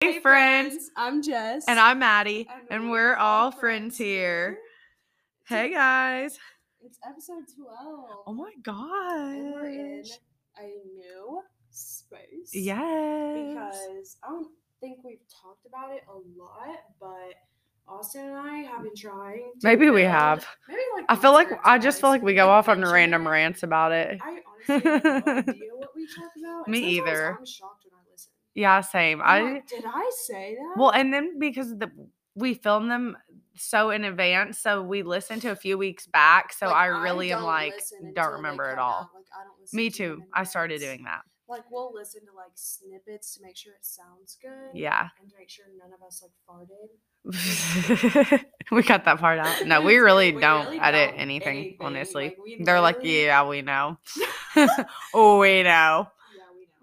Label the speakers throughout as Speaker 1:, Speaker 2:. Speaker 1: Hey, friends.
Speaker 2: I'm Jess.
Speaker 1: And I'm Maddie, and, we're, all friends here. Hey,
Speaker 2: Dude.
Speaker 1: guys.
Speaker 2: It's episode 12.
Speaker 1: Oh my
Speaker 2: And we're in
Speaker 1: gosh.
Speaker 2: a new space.
Speaker 1: Yes.
Speaker 2: Because I don't think we've talked about it a lot, but Austin and I have been trying. to
Speaker 1: Maybe we
Speaker 2: build-
Speaker 1: have.
Speaker 2: Maybe like
Speaker 1: I feel like
Speaker 2: once or
Speaker 1: I just feel
Speaker 2: twice.
Speaker 1: like we go off on
Speaker 2: mention
Speaker 1: random
Speaker 2: it.
Speaker 1: rants about it.
Speaker 2: I honestly have no idea what we talk about. and
Speaker 1: Me
Speaker 2: sometimes
Speaker 1: either.
Speaker 2: I'm shocked when I listen.
Speaker 1: Yeah, same.
Speaker 2: I'm
Speaker 1: I
Speaker 2: like, did I say that?
Speaker 1: well, and then because the we film them so in advance, so we listen to a few weeks back. So
Speaker 2: Like,
Speaker 1: I really am
Speaker 2: don't
Speaker 1: like
Speaker 2: listen until
Speaker 1: don't
Speaker 2: they
Speaker 1: remember at
Speaker 2: come
Speaker 1: all.
Speaker 2: out. Like, I don't listen
Speaker 1: Me
Speaker 2: to them
Speaker 1: too.
Speaker 2: in
Speaker 1: I started
Speaker 2: advance.
Speaker 1: doing that.
Speaker 2: Like we'll listen to like snippets to make sure it sounds good.
Speaker 1: Yeah.
Speaker 2: And to make sure none of us like farted.
Speaker 1: we cut that part out. No,
Speaker 2: We
Speaker 1: we
Speaker 2: do.
Speaker 1: really
Speaker 2: We
Speaker 1: don't
Speaker 2: really
Speaker 1: edit
Speaker 2: don't
Speaker 1: anything,
Speaker 2: anything.
Speaker 1: honestly.
Speaker 2: Like, we
Speaker 1: They're like,
Speaker 2: literally-
Speaker 1: yeah, we know. oh, we know.
Speaker 2: Yeah, we know.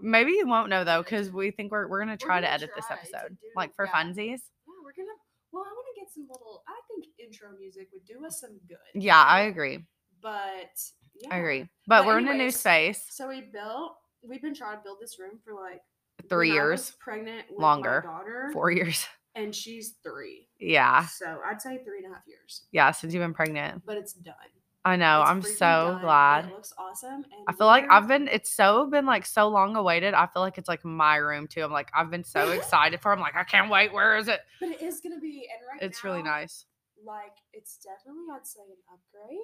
Speaker 1: Maybe you won't know though, because we think we're we're gonna try to
Speaker 2: gonna
Speaker 1: edit this
Speaker 2: try to
Speaker 1: episode,
Speaker 2: do
Speaker 1: like for
Speaker 2: that.
Speaker 1: funsies.
Speaker 2: Yeah, we're gonna. Well, I want to get some little. I think intro music would do us some good.
Speaker 1: Yeah, I
Speaker 2: right?
Speaker 1: agree.
Speaker 2: But yeah.
Speaker 1: I agree. But,
Speaker 2: But
Speaker 1: we're in a new
Speaker 2: anyways,
Speaker 1: space.
Speaker 2: So we built. We've been trying to build this room for like
Speaker 1: Three
Speaker 2: when I
Speaker 1: years,
Speaker 2: was pregnant with
Speaker 1: Longer.
Speaker 2: my daughter,
Speaker 1: four years.
Speaker 2: and she's three.
Speaker 1: Yeah,
Speaker 2: So I'd say three and a half years.
Speaker 1: yeah. Since you've been pregnant,
Speaker 2: But it's done.
Speaker 1: I know.
Speaker 2: It's
Speaker 1: Oh, I'm
Speaker 2: freaking
Speaker 1: so
Speaker 2: done, and
Speaker 1: glad.
Speaker 2: It looks awesome. And
Speaker 1: I feel like
Speaker 2: we're-
Speaker 1: I've been. It's so been like so long awaited. I feel like it's like my room too. I'm like I've been so excited for. it. I'm like I can't wait. Where is it?
Speaker 2: But it is gonna be, and right
Speaker 1: It's really
Speaker 2: now,
Speaker 1: nice.
Speaker 2: Like it's definitely, I'd say, an upgrade.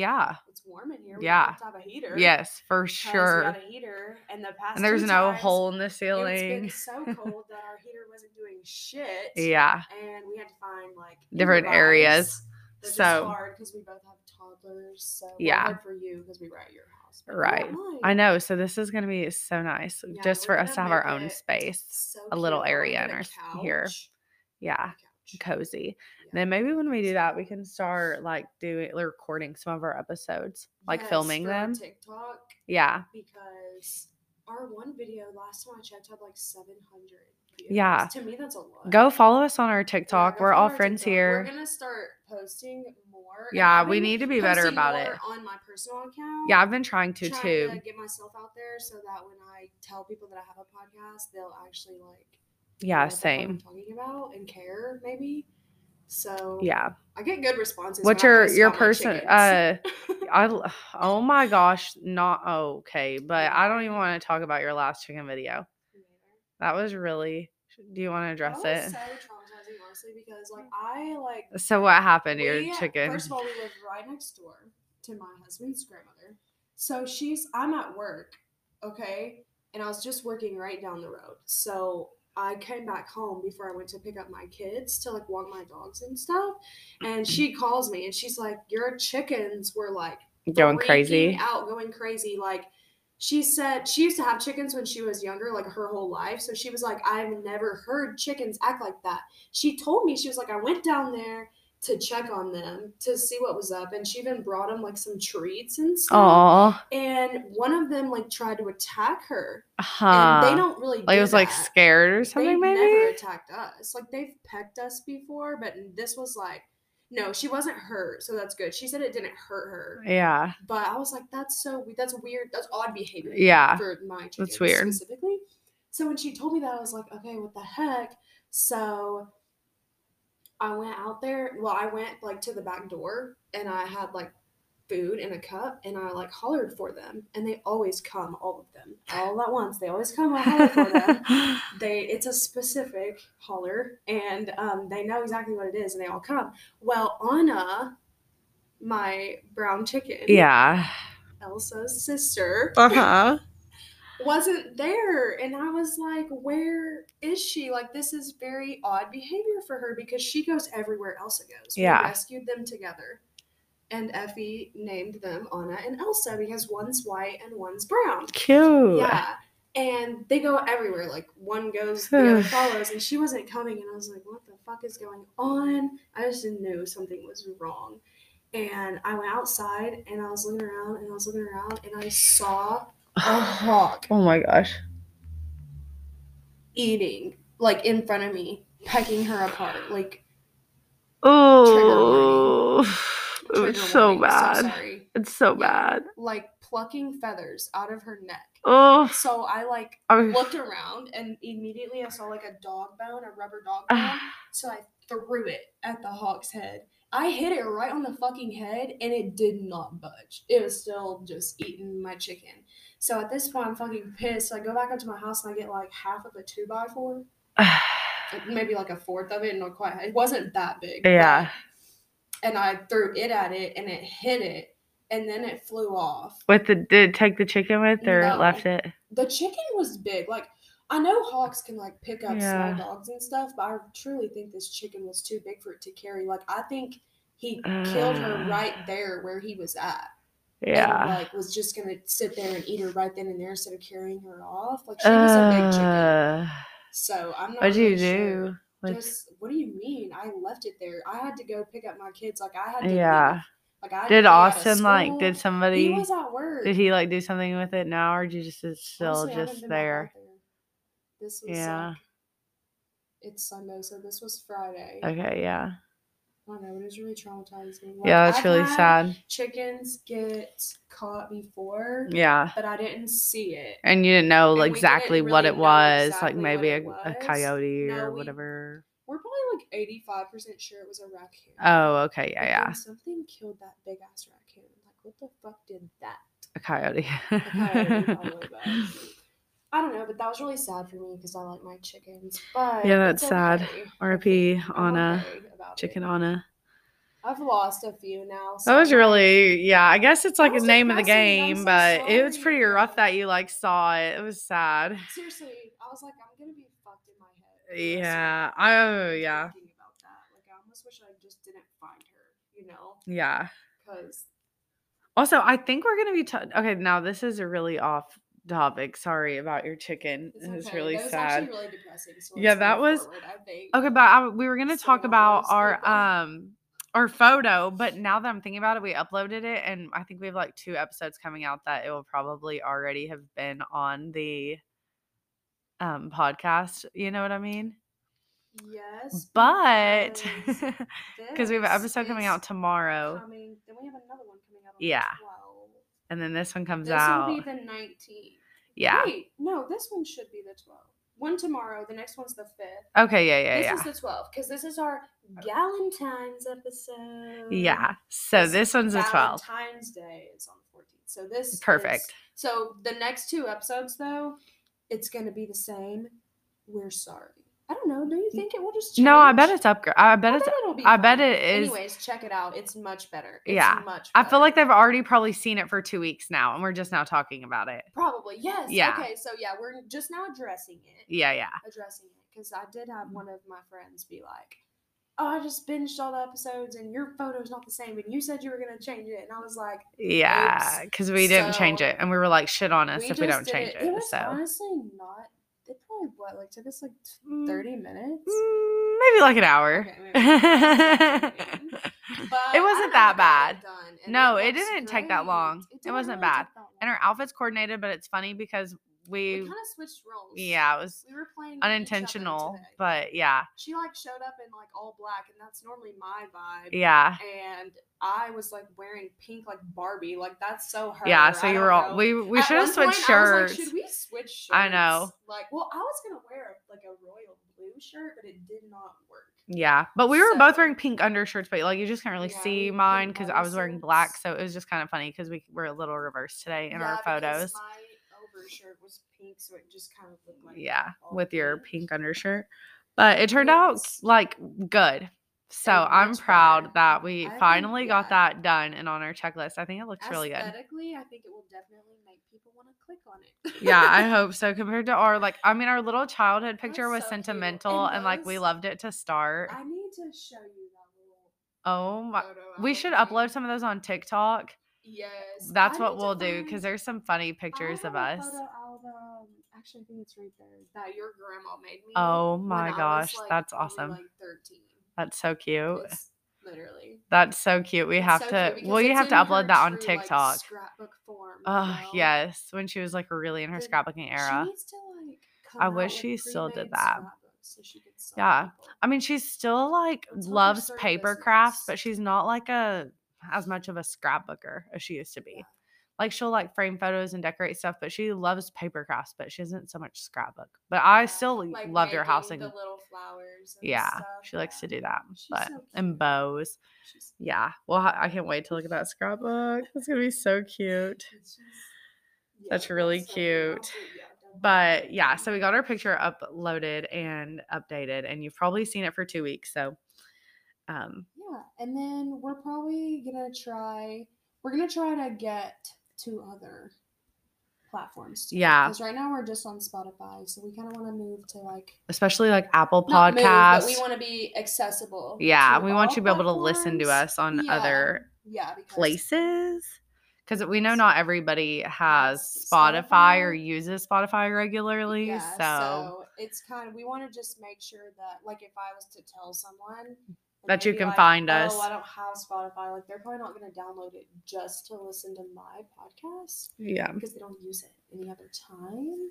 Speaker 1: Yeah.
Speaker 2: It's warm in here.
Speaker 1: Yeah.
Speaker 2: We have to have a heater.
Speaker 1: Yes, for
Speaker 2: 'cause
Speaker 1: sure.
Speaker 2: We got a heater, and the past
Speaker 1: And there's
Speaker 2: two
Speaker 1: no
Speaker 2: times,
Speaker 1: hole in the
Speaker 2: It's been
Speaker 1: ceiling.
Speaker 2: so cold that our heater wasn't doing shit.
Speaker 1: Yeah.
Speaker 2: And we had to find like
Speaker 1: Different areas.
Speaker 2: So just
Speaker 1: So-
Speaker 2: hard because we both have toddlers. So well,
Speaker 1: Yeah.
Speaker 2: hard for you because we were at your house. but we were
Speaker 1: Right.
Speaker 2: at mine.
Speaker 1: I know. So this is gonna be so nice,
Speaker 2: Yeah,
Speaker 1: just
Speaker 2: we're
Speaker 1: for us to
Speaker 2: gonna
Speaker 1: have our
Speaker 2: make
Speaker 1: own
Speaker 2: it
Speaker 1: space.
Speaker 2: So
Speaker 1: a little
Speaker 2: cute. We're
Speaker 1: area
Speaker 2: gonna
Speaker 1: in
Speaker 2: get a
Speaker 1: our s- here.
Speaker 2: couch.
Speaker 1: Yeah,
Speaker 2: A couch.
Speaker 1: cozy.
Speaker 2: Yeah.
Speaker 1: Then maybe when we do that, we can start like doing like, recording some of our episodes, like
Speaker 2: Yes,
Speaker 1: filming
Speaker 2: for our
Speaker 1: them.
Speaker 2: TikTok
Speaker 1: Yeah,
Speaker 2: because our one video last time I checked had like 700. Views.
Speaker 1: Yeah.
Speaker 2: To me, that's a lot.
Speaker 1: go follow us on our
Speaker 2: Yeah,
Speaker 1: Tiktok.
Speaker 2: go
Speaker 1: We're
Speaker 2: follow
Speaker 1: all
Speaker 2: our
Speaker 1: friends
Speaker 2: TikTok.
Speaker 1: here.
Speaker 2: We're gonna start posting more. and
Speaker 1: Yeah,
Speaker 2: I've
Speaker 1: we
Speaker 2: been
Speaker 1: need to be better
Speaker 2: posting
Speaker 1: about
Speaker 2: more
Speaker 1: it.
Speaker 2: on my personal account.
Speaker 1: Yeah, I've been trying to
Speaker 2: trying
Speaker 1: too.
Speaker 2: to get myself out there so that when I tell people that I have a podcast, they'll actually like. know
Speaker 1: yeah,
Speaker 2: what the fuck I'm
Speaker 1: same.
Speaker 2: talking about and care maybe. So
Speaker 1: Yeah.
Speaker 2: I get good responses.
Speaker 1: What's
Speaker 2: when I
Speaker 1: your
Speaker 2: post
Speaker 1: your
Speaker 2: about my
Speaker 1: person?
Speaker 2: chickens.
Speaker 1: Uh, I l- oh my gosh, not okay. But I don't even want to talk about your last chicken video. That was really. Do you want to
Speaker 2: That
Speaker 1: address
Speaker 2: was
Speaker 1: it?
Speaker 2: so traumatizing, honestly, because like I like
Speaker 1: So what happened to
Speaker 2: We-
Speaker 1: your chicken?
Speaker 2: First of all, we live right next door to my husband's grandmother. So she's I'm at work, okay? And I was just working right down the road. So I came back home before I went to pick up my kids to like walk my dogs and stuff. And she calls me and she's like, Your chickens were like
Speaker 1: Going
Speaker 2: freaking
Speaker 1: crazy.
Speaker 2: out going crazy like she said she used to have chickens when she was younger like her whole life so she was like i've never heard chickens act like that she told me she was like i went down there to check on them to see what was up and she even brought them like some treats and stuff
Speaker 1: Aw,
Speaker 2: and one of them like tried to attack her
Speaker 1: huh?
Speaker 2: and they don't really
Speaker 1: like
Speaker 2: do
Speaker 1: it was like
Speaker 2: that.
Speaker 1: scared or
Speaker 2: They've
Speaker 1: something,
Speaker 2: never
Speaker 1: maybe.
Speaker 2: attacked us. Like they've pecked us before, but this was like, no, she wasn't hurt, so that's good. She said it didn't hurt her,
Speaker 1: Yeah,
Speaker 2: but I was like, that's so we- that's weird. That's odd behavior.
Speaker 1: Yeah,
Speaker 2: For my
Speaker 1: that's
Speaker 2: chickens
Speaker 1: weird.
Speaker 2: specifically. So when she told me that, I was like, okay, what the heck? So I went out there. Well, I went like to the back door and I had like food in a cup and I like hollered for them. And they always come, all of them. All at once. They always come, I holler for them they it's a specific holler and um, they know exactly what it is and they all come well anna my brown chicken
Speaker 1: yeah.
Speaker 2: elsa's sister
Speaker 1: Uh huh.
Speaker 2: wasn't there and i was like where is she like this is very odd behavior for her because she goes everywhere elsa goes
Speaker 1: Yeah.
Speaker 2: we rescued them together and effie named them anna and elsa because one's white and one's brown
Speaker 1: Cute.
Speaker 2: yeah. And they go everywhere. Like one goes, the other follows, and she wasn't coming. And I was like, what the fuck is going on? I just knew something was wrong. And I went outside and I was looking around and I was looking around and I saw a hawk
Speaker 1: Oh my gosh.
Speaker 2: eating, like in front of me, pecking her apart. Like,
Speaker 1: Oh, it
Speaker 2: trigger
Speaker 1: was so Oh,
Speaker 2: warning,
Speaker 1: bad.
Speaker 2: So sorry.
Speaker 1: it's so
Speaker 2: Yeah.
Speaker 1: bad.
Speaker 2: Like, plucking feathers out of her neck.
Speaker 1: Oh,
Speaker 2: So I like
Speaker 1: I was-
Speaker 2: looked around and immediately I saw like a dog bone, a rubber dog
Speaker 1: Ah.
Speaker 2: bone. So I threw it at the hawk's head. I hit it right on the fucking head and it did not budge. It was still just eating my chicken. So at this point, I'm fucking pissed. So I go back up to my house and I get like half of a two by four, maybe like a fourth of it, not quite. It wasn't that big. but-
Speaker 1: yeah.
Speaker 2: And I threw it at it and it hit it and then it flew off.
Speaker 1: With the did it take the chicken with or
Speaker 2: No.
Speaker 1: left it?
Speaker 2: the chicken was big. Like I know hawks can like pick up
Speaker 1: Yeah.
Speaker 2: small dogs and stuff, but I truly think this chicken was too big for it to carry. Like I think he killed her
Speaker 1: Ah.
Speaker 2: right there where he was at. and,
Speaker 1: Yeah.
Speaker 2: like was just gonna sit there and eat her right then and there instead of carrying her off. Like she was a big chicken.
Speaker 1: Uh,
Speaker 2: So I'm not.
Speaker 1: what'd you
Speaker 2: really
Speaker 1: do?
Speaker 2: sure.
Speaker 1: with-
Speaker 2: Just what do you mean? I left it there. I had to go pick up my kids. Like I had to. leave.
Speaker 1: yeah.
Speaker 2: Like I had to
Speaker 1: Did
Speaker 2: get out of
Speaker 1: Austin like? Did
Speaker 2: school.
Speaker 1: somebody?
Speaker 2: He was at work.
Speaker 1: Did he like do something with it now, or did you just it's still
Speaker 2: Honestly, I haven't
Speaker 1: just
Speaker 2: been back out
Speaker 1: there?
Speaker 2: This was
Speaker 1: Yeah.
Speaker 2: like, it's Sunday, so this was Friday. I
Speaker 1: Okay, yeah,
Speaker 2: don't know, it was really traumatizing.
Speaker 1: yeah,
Speaker 2: Like,
Speaker 1: that's
Speaker 2: I've
Speaker 1: really
Speaker 2: had
Speaker 1: sad.
Speaker 2: Chickens get caught before,
Speaker 1: Yeah,
Speaker 2: but I didn't see it.
Speaker 1: and you didn't know
Speaker 2: And
Speaker 1: like,
Speaker 2: we didn't
Speaker 1: exactly what
Speaker 2: really
Speaker 1: it
Speaker 2: know
Speaker 1: was,
Speaker 2: exactly
Speaker 1: like
Speaker 2: what
Speaker 1: maybe a, a
Speaker 2: it was.
Speaker 1: coyote
Speaker 2: No,
Speaker 1: or
Speaker 2: we-
Speaker 1: whatever.
Speaker 2: We're probably like eighty-five percent sure it was a raccoon.
Speaker 1: Oh, okay,
Speaker 2: But
Speaker 1: yeah, yeah,
Speaker 2: then Something killed that big ass raccoon. Like, what the fuck did that?
Speaker 1: a coyote.
Speaker 2: A coyote probably, but I don't know, but that was really sad for me because I like my chickens. But
Speaker 1: Yeah,
Speaker 2: it's
Speaker 1: that's sad.
Speaker 2: okay.
Speaker 1: R.I.P.
Speaker 2: I'm
Speaker 1: Anna,
Speaker 2: okay about it.
Speaker 1: chicken Anna.
Speaker 2: I've lost a few now.
Speaker 1: That
Speaker 2: so
Speaker 1: was
Speaker 2: I'm like-
Speaker 1: really, yeah. I guess it's like a
Speaker 2: was
Speaker 1: name of the
Speaker 2: depressing, I'm
Speaker 1: game,
Speaker 2: so
Speaker 1: but it was
Speaker 2: sorry.
Speaker 1: pretty rough that you like saw it. It was sad.
Speaker 2: seriously. I was like, I'm gonna be fucked in my head. for the rest of
Speaker 1: Yeah.
Speaker 2: my life
Speaker 1: Oh, yeah.
Speaker 2: Thinking about that, like I almost wish I just didn't find her. You know,
Speaker 1: Yeah.
Speaker 2: because
Speaker 1: Also, I think we're gonna be t- okay. Now this is a really off topic. Sorry about your chicken.
Speaker 2: it's
Speaker 1: It was
Speaker 2: okay.
Speaker 1: really
Speaker 2: that was
Speaker 1: sad.
Speaker 2: Actually really depressing. So
Speaker 1: Yeah,
Speaker 2: let's
Speaker 1: that
Speaker 2: move
Speaker 1: was-
Speaker 2: forward, I think.
Speaker 1: okay, but I, we were gonna
Speaker 2: So
Speaker 1: talk
Speaker 2: not
Speaker 1: about
Speaker 2: really
Speaker 1: our
Speaker 2: stable.
Speaker 1: um our photo, but now that I'm thinking about it, we uploaded it, and I think we have like two episodes coming out that it will probably already have been on the um podcast. You know what I mean?
Speaker 2: Yes,
Speaker 1: But
Speaker 2: because
Speaker 1: because we have an
Speaker 2: this
Speaker 1: episode coming
Speaker 2: is
Speaker 1: out tomorrow,
Speaker 2: Coming, then we have another one coming out. On
Speaker 1: Yeah.
Speaker 2: The 12th.
Speaker 1: and then this one comes
Speaker 2: This
Speaker 1: out.
Speaker 2: will be the 19th.
Speaker 1: yeah.
Speaker 2: Wait, no, this one should be the 12th. One tomorrow. The next one's the 5th.
Speaker 1: Okay. Yeah. Yeah.
Speaker 2: this
Speaker 1: yeah. Uh,
Speaker 2: is the 12th because this is our Valentine's episode.
Speaker 1: yeah. So
Speaker 2: This
Speaker 1: this one's the 12th.
Speaker 2: Valentine's Day is on the 14th. So this is-
Speaker 1: Perfect.
Speaker 2: so the next two episodes though, it's gonna be the same. We're sorry. I don't know. Do you think it will just change?
Speaker 1: No, I bet it's upgrade. I bet
Speaker 2: I
Speaker 1: it's.
Speaker 2: bet it'll be.
Speaker 1: I bet
Speaker 2: fine.
Speaker 1: it is-
Speaker 2: Anyways, check it out. It's much better. It's
Speaker 1: Yeah.
Speaker 2: much.
Speaker 1: I feel
Speaker 2: better.
Speaker 1: like they've already probably seen it for two weeks now, and we're just now talking about it.
Speaker 2: probably yes.
Speaker 1: Yeah.
Speaker 2: Okay, so yeah, we're just now addressing it.
Speaker 1: Yeah, yeah.
Speaker 2: addressing it because I did have one of my friends be like, "Oh, I just binged all the episodes and your photo's not the same, and you said you were gonna change it," and I was like,
Speaker 1: Yeah. Because we didn't change
Speaker 2: So,
Speaker 1: it, and we were like, shit on us if we
Speaker 2: just
Speaker 1: don't
Speaker 2: did
Speaker 1: change it.
Speaker 2: It was
Speaker 1: so
Speaker 2: honestly not. It probably what like took us like t-
Speaker 1: Mm,
Speaker 2: thirty minutes.
Speaker 1: mm, maybe like an hour.
Speaker 2: Okay, maybe like an hour, But I
Speaker 1: wasn't that
Speaker 2: don't know how I
Speaker 1: bad.
Speaker 2: got done, and
Speaker 1: No, it
Speaker 2: looks
Speaker 1: didn't take that
Speaker 2: great.
Speaker 1: long. It
Speaker 2: didn't
Speaker 1: wasn't
Speaker 2: really
Speaker 1: bad.
Speaker 2: take that
Speaker 1: and
Speaker 2: long.
Speaker 1: our outfits coordinated, but it's funny because
Speaker 2: we
Speaker 1: we,
Speaker 2: kind of switched roles.
Speaker 1: yeah, it was
Speaker 2: we were playing with each other
Speaker 1: unintentional,
Speaker 2: today.
Speaker 1: but yeah,
Speaker 2: she like showed up in like all black, and that's normally my vibe.
Speaker 1: yeah.
Speaker 2: and I was like wearing pink like Barbie. Like that's so her.
Speaker 1: Yeah, so
Speaker 2: I
Speaker 1: you
Speaker 2: don't
Speaker 1: were all
Speaker 2: know.
Speaker 1: we we
Speaker 2: At
Speaker 1: should have
Speaker 2: one point,
Speaker 1: switched
Speaker 2: I was
Speaker 1: shirts.
Speaker 2: like, should we switch shirts?
Speaker 1: I know.
Speaker 2: Like, well, I was gonna wear like a royal blue shirt, but it did not work.
Speaker 1: Yeah, but we were both
Speaker 2: So-
Speaker 1: wearing pink undershirts, but like you just can't really
Speaker 2: Yeah, we
Speaker 1: see
Speaker 2: pink
Speaker 1: mine because I was wearing black,
Speaker 2: undershirts.
Speaker 1: so it was just kind of funny because we were a little reversed today in
Speaker 2: Yeah,
Speaker 1: our
Speaker 2: because
Speaker 1: photos.
Speaker 2: My overshirt was pink, so it just kind of looked like
Speaker 1: yeah,
Speaker 2: all
Speaker 1: with your
Speaker 2: pink.
Speaker 1: pink undershirt, but it turned out
Speaker 2: Yes.
Speaker 1: like good. So
Speaker 2: And
Speaker 1: I'm
Speaker 2: much
Speaker 1: proud
Speaker 2: better.
Speaker 1: that we
Speaker 2: I think-
Speaker 1: finally got
Speaker 2: yeah.
Speaker 1: that done and on our checklist. I think it looks really good.
Speaker 2: Aesthetically, I think it will definitely make people want to click on it.
Speaker 1: yeah, I hope so. Compared to our like, I mean, our little childhood picture was
Speaker 2: That's so cute.
Speaker 1: sentimental, and,
Speaker 2: And
Speaker 1: like we
Speaker 2: those-
Speaker 1: loved it to start.
Speaker 2: I need to show you that little
Speaker 1: oh my.
Speaker 2: photo.
Speaker 1: We
Speaker 2: album
Speaker 1: should
Speaker 2: thing.
Speaker 1: upload some of those on TikTok.
Speaker 2: Yes,
Speaker 1: That's
Speaker 2: I
Speaker 1: what
Speaker 2: need to
Speaker 1: we'll do
Speaker 2: find-
Speaker 1: because there's some funny
Speaker 2: I
Speaker 1: pictures
Speaker 2: have
Speaker 1: of
Speaker 2: a
Speaker 1: us.
Speaker 2: Photo album. Actually, I think it's right there that your grandma made me.
Speaker 1: Oh
Speaker 2: when
Speaker 1: my
Speaker 2: I was,
Speaker 1: gosh,
Speaker 2: like,
Speaker 1: that's
Speaker 2: probably,
Speaker 1: awesome.
Speaker 2: Like thirteen.
Speaker 1: That's so cute.
Speaker 2: It's literally.
Speaker 1: That's so cute. We
Speaker 2: It's
Speaker 1: have
Speaker 2: so cute
Speaker 1: to.
Speaker 2: because
Speaker 1: Well, you
Speaker 2: it's
Speaker 1: have to
Speaker 2: in her
Speaker 1: upload that on
Speaker 2: true, like,
Speaker 1: TikTok.
Speaker 2: scrapbook form. you
Speaker 1: Oh
Speaker 2: know?
Speaker 1: yes, when she was like really in her
Speaker 2: The-
Speaker 1: scrapbooking era.
Speaker 2: She needs to like. Come
Speaker 1: I
Speaker 2: out
Speaker 1: wish
Speaker 2: with
Speaker 1: she still did
Speaker 2: pre-made
Speaker 1: that.
Speaker 2: scrapbooks So she could sell
Speaker 1: Yeah.
Speaker 2: people.
Speaker 1: I mean, she still like
Speaker 2: Let's help her
Speaker 1: loves
Speaker 2: start a
Speaker 1: paper crafts,
Speaker 2: business.
Speaker 1: but she's not like a as much of a scrapbooker as she used to be.
Speaker 2: Yeah.
Speaker 1: like she'll like frame photos and decorate stuff, but she loves paper crafts, but she isn't so much scrapbook. But I
Speaker 2: Yeah,
Speaker 1: still
Speaker 2: like
Speaker 1: love your house
Speaker 2: making
Speaker 1: and
Speaker 2: the little flowers. and
Speaker 1: yeah,
Speaker 2: stuff,
Speaker 1: she likes to
Speaker 2: yeah.
Speaker 1: do that.
Speaker 2: She's
Speaker 1: but
Speaker 2: so
Speaker 1: and
Speaker 2: cute.
Speaker 1: bows,
Speaker 2: She's-
Speaker 1: yeah. Well, I I can't wait to look at that scrapbook. It's gonna be so cute.
Speaker 2: it's just- yeah,
Speaker 1: That's
Speaker 2: we're
Speaker 1: really
Speaker 2: so young,
Speaker 1: cute.
Speaker 2: yeah, definitely.
Speaker 1: But yeah, so we got our picture uploaded and updated, and you've probably seen it for two weeks. So, um,
Speaker 2: Yeah, and then we're probably gonna try. We're gonna try to get to other platforms. Too,
Speaker 1: Yeah.
Speaker 2: because right now we're just on Spotify, so we kind of want to move to like
Speaker 1: especially like Apple
Speaker 2: not move,
Speaker 1: Podcasts.
Speaker 2: but we want to be accessible.
Speaker 1: yeah,
Speaker 2: to
Speaker 1: we want
Speaker 2: all
Speaker 1: you to be able to listen to
Speaker 2: platforms.
Speaker 1: us on
Speaker 2: Yeah.
Speaker 1: other
Speaker 2: Yeah, because
Speaker 1: places because we know not everybody has Spotify,
Speaker 2: Spotify.
Speaker 1: or uses Spotify regularly.
Speaker 2: Yeah,
Speaker 1: so,
Speaker 2: it's kind of we want to just make sure that like if I was to tell someone and
Speaker 1: That
Speaker 2: they'd
Speaker 1: you
Speaker 2: be
Speaker 1: can
Speaker 2: like,
Speaker 1: find us."
Speaker 2: Oh, I don't have Spotify. Like they're probably not going to download it just to listen to my podcast
Speaker 1: yeah,
Speaker 2: because they don't use it any other time.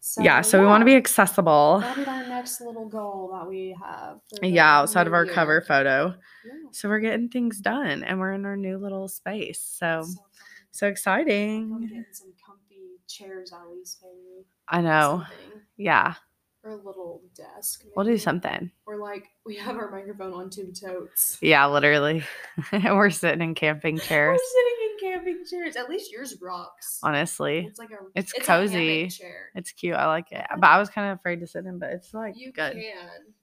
Speaker 2: So
Speaker 1: yeah. So we want to be accessible.
Speaker 2: That'll be our next little goal that we have. for the
Speaker 1: Yeah, outside of
Speaker 2: new
Speaker 1: our
Speaker 2: year.
Speaker 1: cover photo.
Speaker 2: Yeah,
Speaker 1: So we're getting things done, and we're in our new little space. So Mm.
Speaker 2: so fun.
Speaker 1: so
Speaker 2: I'm
Speaker 1: exciting.
Speaker 2: getting some comfy chairs at least, maybe.
Speaker 1: I know.
Speaker 2: something.
Speaker 1: Yeah,
Speaker 2: Or a little desk.
Speaker 1: Oh. we'll do
Speaker 2: maybe.
Speaker 1: something.
Speaker 2: Or like we have our microphone on two totes.
Speaker 1: Yeah, literally. we're sitting in camping chairs.
Speaker 2: We're sitting in camping chairs. At least yours rocks.
Speaker 1: Honestly,
Speaker 2: It's like a
Speaker 1: It's
Speaker 2: a hammock
Speaker 1: cozy.
Speaker 2: chair.
Speaker 1: it's cute. I like it. But I was kind of afraid to sit in, but it's like
Speaker 2: you
Speaker 1: good.
Speaker 2: can.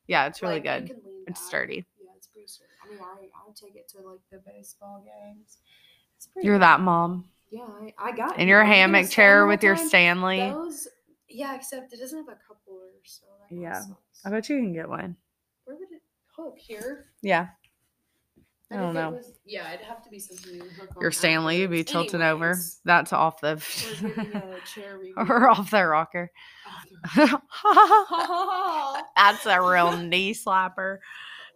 Speaker 1: Yeah, it's really
Speaker 2: like, you
Speaker 1: good.
Speaker 2: can lean
Speaker 1: It's
Speaker 2: back.
Speaker 1: sturdy.
Speaker 2: Yeah, it's pretty sturdy. I mean, I I take it to like the baseball games. It's pretty.
Speaker 1: You're
Speaker 2: good.
Speaker 1: that mom
Speaker 2: Yeah, I, I got
Speaker 1: in
Speaker 2: you.
Speaker 1: your
Speaker 2: Are you gonna
Speaker 1: hammock
Speaker 2: stand
Speaker 1: chair
Speaker 2: the
Speaker 1: with
Speaker 2: whole
Speaker 1: your
Speaker 2: time?
Speaker 1: Stanley.
Speaker 2: Those. Yeah, except it doesn't have a coupler, so that kinda
Speaker 1: Yeah.
Speaker 2: sucks.
Speaker 1: I bet you can get one.
Speaker 2: Where would it hook here?
Speaker 1: Yeah, I
Speaker 2: And
Speaker 1: don't
Speaker 2: if
Speaker 1: know.
Speaker 2: It was, yeah, it'd have to be something. you hook
Speaker 1: your
Speaker 2: on
Speaker 1: Stanley would be
Speaker 2: afterwards.
Speaker 1: tilting over.
Speaker 2: Oh, Anyways,
Speaker 1: That's off the
Speaker 2: We're giving a chair review.
Speaker 1: or off the rocker.
Speaker 2: Off the
Speaker 1: That's a real knee slapper.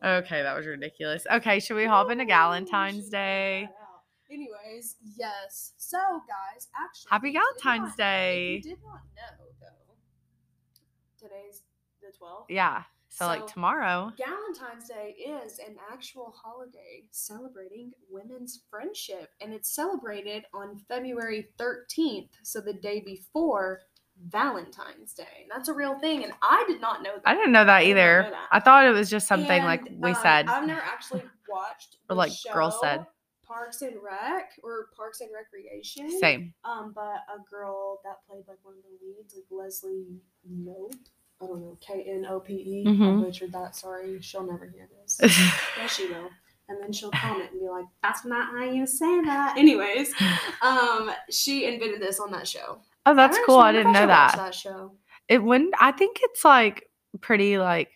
Speaker 1: Okay, that was ridiculous. Okay, should we hop into
Speaker 2: Woo, we Oh, should
Speaker 1: Galentine's
Speaker 2: check
Speaker 1: Day?
Speaker 2: that out. Anyways, yes. So, guys, actually,
Speaker 1: Happy
Speaker 2: if you did
Speaker 1: Galentine's
Speaker 2: not-
Speaker 1: Day.
Speaker 2: If you did not know, though, today's the 12th.
Speaker 1: Yeah. So, like
Speaker 2: So-
Speaker 1: tomorrow.
Speaker 2: Galentine's Day is an actual holiday celebrating women's friendship, and it's celebrated on February 13th, so the day before Valentine's Day. That's a real thing, and I did not know that.
Speaker 1: I didn't know that
Speaker 2: I did not
Speaker 1: either.
Speaker 2: know that.
Speaker 1: I thought it was just something like
Speaker 2: And,
Speaker 1: we
Speaker 2: um,
Speaker 1: said.
Speaker 2: I've never actually watched
Speaker 1: Or
Speaker 2: the
Speaker 1: like Girl said.
Speaker 2: show Parks and Rec or Parks and Recreation.
Speaker 1: Same.
Speaker 2: Um, but a girl that played like one of the leads, like Leslie Nope. I don't know, K N O P E. I
Speaker 1: Mhm.
Speaker 2: butchered that. Sorry, she'll never hear this.
Speaker 1: yeah.
Speaker 2: yes, she will. And then she'll comment and be like, "That's not how you say that." Anyways, um, she invented this on that show.
Speaker 1: Oh, that's
Speaker 2: actually
Speaker 1: cool. I
Speaker 2: wonder if
Speaker 1: didn't know
Speaker 2: should watch
Speaker 1: that.
Speaker 2: That show.
Speaker 1: It wouldn't I think it's like pretty like